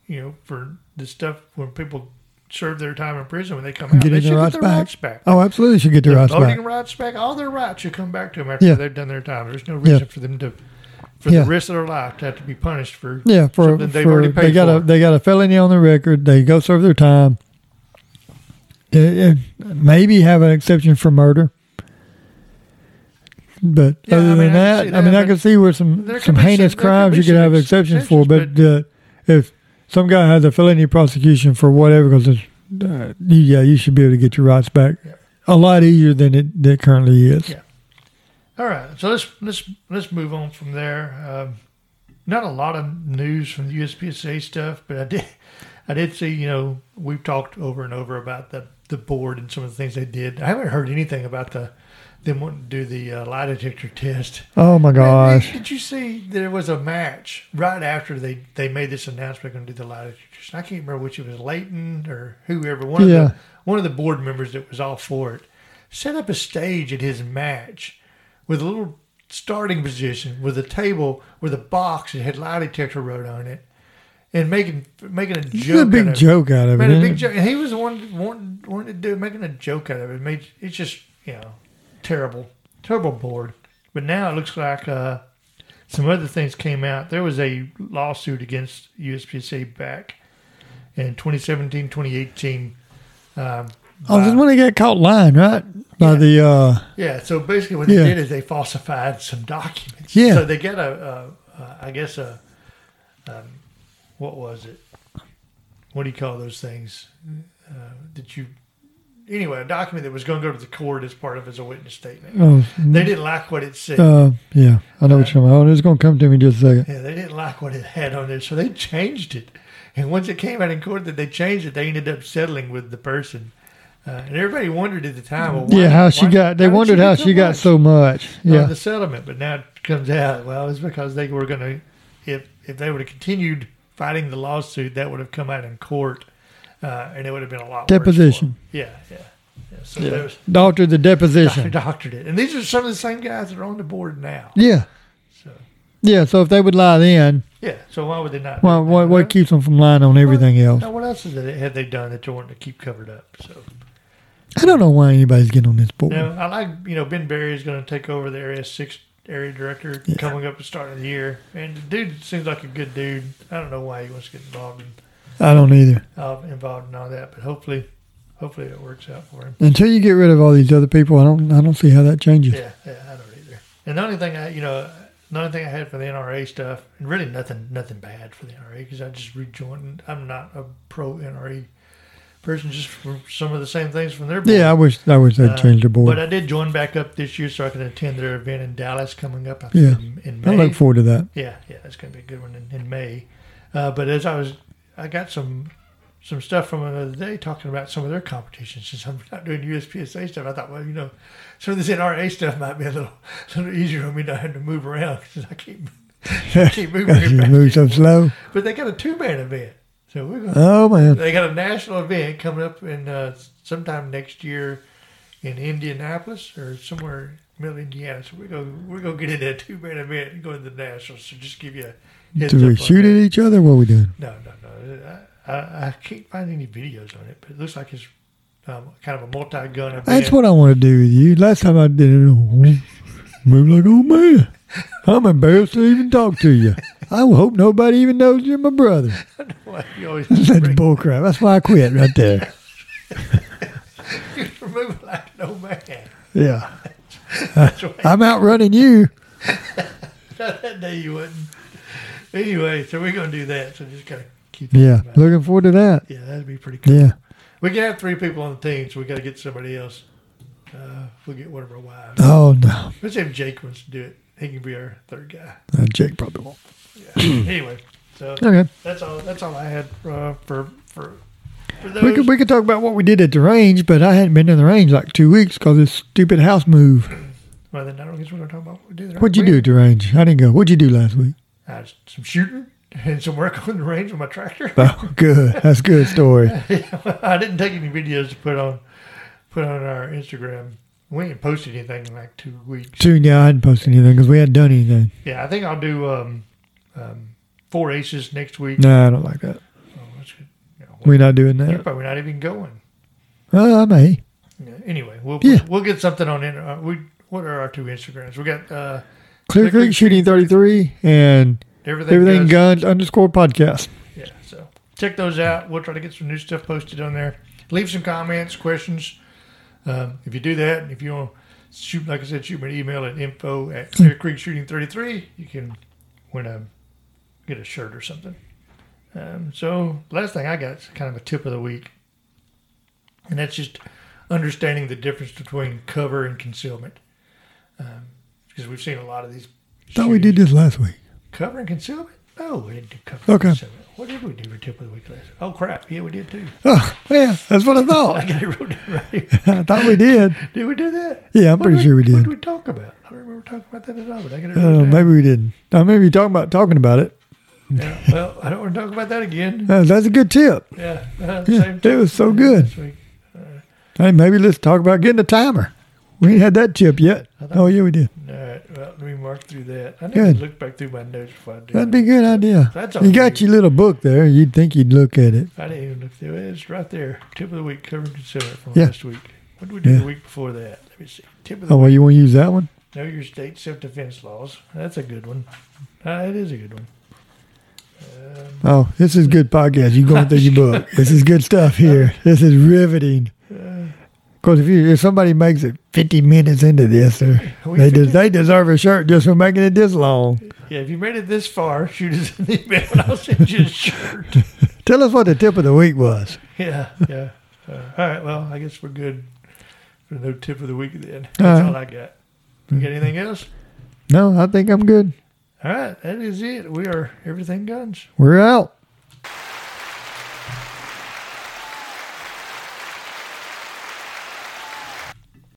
[SPEAKER 2] you know for the stuff when people serve their time in prison when they come out,
[SPEAKER 1] Getting
[SPEAKER 2] they
[SPEAKER 1] their
[SPEAKER 2] should
[SPEAKER 1] rights
[SPEAKER 2] get their
[SPEAKER 1] back.
[SPEAKER 2] rights back.
[SPEAKER 1] oh, absolutely should get their
[SPEAKER 2] Their
[SPEAKER 1] rights
[SPEAKER 2] voting
[SPEAKER 1] back.
[SPEAKER 2] rights back. All their rights should come back to them after
[SPEAKER 1] Yeah.
[SPEAKER 2] they've done their time. There's no
[SPEAKER 1] Yeah.
[SPEAKER 2] reason for them to, for
[SPEAKER 1] Yeah.
[SPEAKER 2] the rest of their life, to have to be punished for.
[SPEAKER 1] Yeah, for,
[SPEAKER 2] Something they've
[SPEAKER 1] for
[SPEAKER 2] already
[SPEAKER 1] they
[SPEAKER 2] paid
[SPEAKER 1] got a
[SPEAKER 2] for.
[SPEAKER 1] they got a felony on their record. They go serve their time. It, it, maybe have an exception for murder, but
[SPEAKER 2] Yeah, I
[SPEAKER 1] other
[SPEAKER 2] mean,
[SPEAKER 1] than
[SPEAKER 2] I can
[SPEAKER 1] that,
[SPEAKER 2] see
[SPEAKER 1] I mean,
[SPEAKER 2] that,
[SPEAKER 1] I can
[SPEAKER 2] but
[SPEAKER 1] see where some
[SPEAKER 2] there
[SPEAKER 1] some
[SPEAKER 2] could be
[SPEAKER 1] heinous
[SPEAKER 2] some- there could
[SPEAKER 1] crimes
[SPEAKER 2] be
[SPEAKER 1] you could
[SPEAKER 2] some
[SPEAKER 1] have exceptions for,
[SPEAKER 2] exceptions,
[SPEAKER 1] but uh, if some guy has a felony prosecution for whatever, because uh, you- yeah, you should be able to get your rights back
[SPEAKER 2] Yeah.
[SPEAKER 1] a lot easier than it, than it currently is.
[SPEAKER 2] Yeah. All right, so let's let's let's move on from there. Um, not a lot of news from the USPSA stuff, but I did I did see you know we've talked over and over about the the board and some of the things they did. I haven't heard anything about the them wanting to do the uh, lie detector test.
[SPEAKER 1] Oh my
[SPEAKER 2] Man,
[SPEAKER 1] gosh!
[SPEAKER 2] Did, did you see there was a match right after they, they made this announcement going to do the lie detector test? I can't remember which it was Leighton or whoever one
[SPEAKER 1] Yeah.
[SPEAKER 2] of the one of the board members that was all for it set up a stage at his match with a little starting position with a table with a box that had lie detector wrote on it and making making a
[SPEAKER 1] It's a
[SPEAKER 2] joke out
[SPEAKER 1] big
[SPEAKER 2] of it.
[SPEAKER 1] joke out of it.
[SPEAKER 2] Made a
[SPEAKER 1] isn't
[SPEAKER 2] big
[SPEAKER 1] it?
[SPEAKER 2] joke. And he was the one wanting, wanting to do making a joke out of it. Made it's just you know terrible, terrible board. But now it looks like uh, some other things came out. There was a lawsuit against USPSA back in 2017, 2018. Um,
[SPEAKER 1] Oh, this is when they got caught lying, right? By
[SPEAKER 2] Yeah.
[SPEAKER 1] the uh
[SPEAKER 2] yeah. So basically, what they
[SPEAKER 1] Yeah.
[SPEAKER 2] did is they falsified some documents.
[SPEAKER 1] Yeah.
[SPEAKER 2] So they got a, a, a I guess a, um, what was it? What do you call those things uh, that you? Anyway, a document that was going to go to the court as part of as a witness statement.
[SPEAKER 1] oh
[SPEAKER 2] They didn't like what it said.
[SPEAKER 1] uh, yeah, I know what you're talking about. Oh, It's gonna come to me in just a second.
[SPEAKER 2] Yeah, they didn't like what it had on there, so they changed it. And once it came out in court that they changed it, they ended up settling with the person. Uh, and everybody wondered at the time, well, why-
[SPEAKER 1] yeah, how she
[SPEAKER 2] why-
[SPEAKER 1] got? They
[SPEAKER 2] why did
[SPEAKER 1] wondered
[SPEAKER 2] get
[SPEAKER 1] how she got
[SPEAKER 2] much?
[SPEAKER 1] so much.
[SPEAKER 2] yeah.
[SPEAKER 1] Yeah,
[SPEAKER 2] the settlement, but now it comes out. Well, it's because they were going to, if if they would have continued fighting the lawsuit, that would have come out in court, uh, and it would have been a lot worse for them.
[SPEAKER 1] Deposition.
[SPEAKER 2] Yeah, yeah, yeah. So
[SPEAKER 1] yeah.
[SPEAKER 2] those
[SPEAKER 1] doctor the
[SPEAKER 2] doctor
[SPEAKER 1] deposition.
[SPEAKER 2] doctored it, and these are some of the same guys that are on the board now.
[SPEAKER 1] Yeah,
[SPEAKER 2] So
[SPEAKER 1] yeah. So if they would lie then,
[SPEAKER 2] yeah, so why would they not? do
[SPEAKER 1] well,
[SPEAKER 2] that?
[SPEAKER 1] what, what keeps them from lying on everything else?
[SPEAKER 2] Now, what else is it, had they done that you wanted to keep covered up? So
[SPEAKER 1] I don't know why anybody's getting on this board.
[SPEAKER 2] now I like you know Ben Barry is going to take over the area six area director
[SPEAKER 1] Yeah.
[SPEAKER 2] coming up at the start of the year, and the dude seems like a good dude. I don't know why he wants to get involved in
[SPEAKER 1] I don't either.
[SPEAKER 2] uh, involved in all that. But hopefully, hopefully it works out for him.
[SPEAKER 1] Until you get rid of all these other people, I don't. I don't see how that changes.
[SPEAKER 2] Yeah, yeah, I don't either. And the only thing I, you know, the only thing I had for the NRA stuff, and really nothing, nothing bad for the NRA because I just rejoined. I'm not a pro NRA person, just for some of the same things from their board.
[SPEAKER 1] Yeah, I wish. I wish they'd
[SPEAKER 2] Uh,
[SPEAKER 1] change the board.
[SPEAKER 2] But I did join back up this year so I can attend their event in Dallas coming up. I
[SPEAKER 1] Yeah.
[SPEAKER 2] think in, in
[SPEAKER 1] I,
[SPEAKER 2] May.
[SPEAKER 1] look forward to that.
[SPEAKER 2] Yeah, yeah, that's going to be a good one in, in May. Uh, but as I was, I got some some stuff from another day talking about some of their competitions. Since I'm not doing USPSA stuff, I thought, well, you know, some of this NRA stuff might be a little, little easier on me not having to move around because I keep, I keep moving.
[SPEAKER 1] you
[SPEAKER 2] back
[SPEAKER 1] move so
[SPEAKER 2] and forth.
[SPEAKER 1] slow.
[SPEAKER 2] But they got a two man event. So we're going. to
[SPEAKER 1] Oh man,
[SPEAKER 2] They got a national event coming up in uh, sometime next year in Indianapolis or somewhere middle Indiana. So we're gonna we're gonna get in that two man event and go to the national. So just give you a heads
[SPEAKER 1] do
[SPEAKER 2] up
[SPEAKER 1] we
[SPEAKER 2] on
[SPEAKER 1] shoot
[SPEAKER 2] that.
[SPEAKER 1] at each other? What we doing?
[SPEAKER 2] No, no, no. I, I, I can't find any videos on it, but it looks like it's um, kind of a multi gun event.
[SPEAKER 1] That's what I want to do with you. Last time I did it, I move like old man. I'm embarrassed to even talk to you. I hope nobody even knows you're my brother.
[SPEAKER 2] you always
[SPEAKER 1] That's
[SPEAKER 2] bring,
[SPEAKER 1] bullcrap. That's why I quit right there.
[SPEAKER 2] you're moving like no man.
[SPEAKER 1] Yeah,
[SPEAKER 2] That's right.
[SPEAKER 1] I'm outrunning you.
[SPEAKER 2] that day you wouldn't. Anyway, so we're gonna do that. So just kind of keep. that in
[SPEAKER 1] Yeah,
[SPEAKER 2] mind.
[SPEAKER 1] looking forward to that.
[SPEAKER 2] Yeah, that'd be pretty cool.
[SPEAKER 1] Yeah.
[SPEAKER 2] We can have three people on the team, so we got to get somebody else. Uh, if we get one of our wives.
[SPEAKER 1] Oh no,
[SPEAKER 2] Let's see if Jake wants to do it. He can be our third guy.
[SPEAKER 1] Uh, Jake probably won't.
[SPEAKER 2] Yeah. anyway, so
[SPEAKER 1] Okay,
[SPEAKER 2] that's all. That's all I had uh, for for for those.
[SPEAKER 1] we could we could talk about what we did at the range, but I hadn't been in the range like two weeks because this stupid house move.
[SPEAKER 2] well, then I don't guess we're gonna talk about what we did.
[SPEAKER 1] What'd you do at the range? I didn't go. What'd you do last week?
[SPEAKER 2] Uh, some shooting and some work on the range with my tractor.
[SPEAKER 1] Oh, good. That's a good story.
[SPEAKER 2] I didn't take any videos to put on put on our Instagram. We ain't posted anything in like two weeks.
[SPEAKER 1] Two, yeah, I hadn't posted anything because we hadn't done anything.
[SPEAKER 2] Yeah, I think I'll do um, um, four aces next week.
[SPEAKER 1] No, I don't like that.
[SPEAKER 2] Oh, that's good. Yeah, well,
[SPEAKER 1] We're not doing
[SPEAKER 2] You're
[SPEAKER 1] that.
[SPEAKER 2] probably not even going.
[SPEAKER 1] Oh, I may.
[SPEAKER 2] Yeah, Anyway, we'll
[SPEAKER 1] Yeah.
[SPEAKER 2] we'll get something on. in- Uh, we what are our two Instagrams? We got uh,
[SPEAKER 1] Clear Creek Shooting 33 and
[SPEAKER 2] everything.
[SPEAKER 1] Everything
[SPEAKER 2] Goes.
[SPEAKER 1] Guns underscore podcast.
[SPEAKER 2] Yeah, so check those out. We'll try to get some new stuff posted on there. Leave some comments, questions. Um, if you do that, if you want to shoot, like I said, shoot me an email at info at Clear Creek Shooting Thirty Three. You can win a get a shirt or something. Um, so last thing I got is kind of a tip of the week, and that's just understanding the difference between cover and concealment. Um, because we've seen a lot of these.
[SPEAKER 1] Thought we
[SPEAKER 2] shootings.
[SPEAKER 1] did this last week.
[SPEAKER 2] Cover and concealment? No, we didn't do cover
[SPEAKER 1] Okay.
[SPEAKER 2] and concealment. What did we do for tip of the week last? Oh crap! Yeah, we did too.
[SPEAKER 1] Oh, yeah, that's what I
[SPEAKER 2] I
[SPEAKER 1] thought.
[SPEAKER 2] got it wrote down right here.
[SPEAKER 1] I thought we did.
[SPEAKER 2] Did we do that?
[SPEAKER 1] Yeah, I'm
[SPEAKER 2] What
[SPEAKER 1] pretty sure we
[SPEAKER 2] What
[SPEAKER 1] did.
[SPEAKER 2] did we talk about? I don't remember talking about that at all. But I got it
[SPEAKER 1] I
[SPEAKER 2] wrote
[SPEAKER 1] don't know,
[SPEAKER 2] down.
[SPEAKER 1] maybe we didn't. I maybe you're talking about talking about it.
[SPEAKER 2] Yeah, well, I don't want to talk about that again.
[SPEAKER 1] Uh, that's a good tip.
[SPEAKER 2] Yeah, uh,
[SPEAKER 1] Yeah,
[SPEAKER 2] same
[SPEAKER 1] it was so
[SPEAKER 2] thing
[SPEAKER 1] good.
[SPEAKER 2] this week.
[SPEAKER 1] Hey, maybe let's talk about getting a timer. We ain't had that tip yet. Oh, yeah, we did.
[SPEAKER 2] All right, well, let me mark through that. I need
[SPEAKER 1] Good.
[SPEAKER 2] to look back through my notes before I do.
[SPEAKER 1] That'd
[SPEAKER 2] that.
[SPEAKER 1] be a good idea.
[SPEAKER 2] That's all
[SPEAKER 1] You got
[SPEAKER 2] you-
[SPEAKER 1] your little book there. You'd think you'd look at it.
[SPEAKER 2] I didn't even look through it. It's right there. Tip of the week, cover and concealment from
[SPEAKER 1] Yeah.
[SPEAKER 2] last week. What did we do
[SPEAKER 1] Yeah.
[SPEAKER 2] the week before that? Let me see. Tip of the
[SPEAKER 1] Oh, well, you want to use that one?
[SPEAKER 2] Know your state self-defense laws. That's a good one. Uh, it is a good one. Um,
[SPEAKER 1] Oh, this is good podcast. You going through your book. This is good stuff here. This is riveting. Because if you if somebody makes it fifty minutes into this, they're-
[SPEAKER 2] Are we
[SPEAKER 1] they des-
[SPEAKER 2] finished?
[SPEAKER 1] they deserve a shirt just for making it this long.
[SPEAKER 2] yeah, if you made it this far, shoot us an email and I'll send you a shirt.
[SPEAKER 1] Tell us what the tip of the week was.
[SPEAKER 2] Yeah, yeah. Uh, all right, well, I guess we're good for no tip of the week then. That's
[SPEAKER 1] right.
[SPEAKER 2] all I got. You got anything else?
[SPEAKER 1] No, I think I'm good.
[SPEAKER 2] All right, that is it. We are Everything Guns.
[SPEAKER 1] We're out.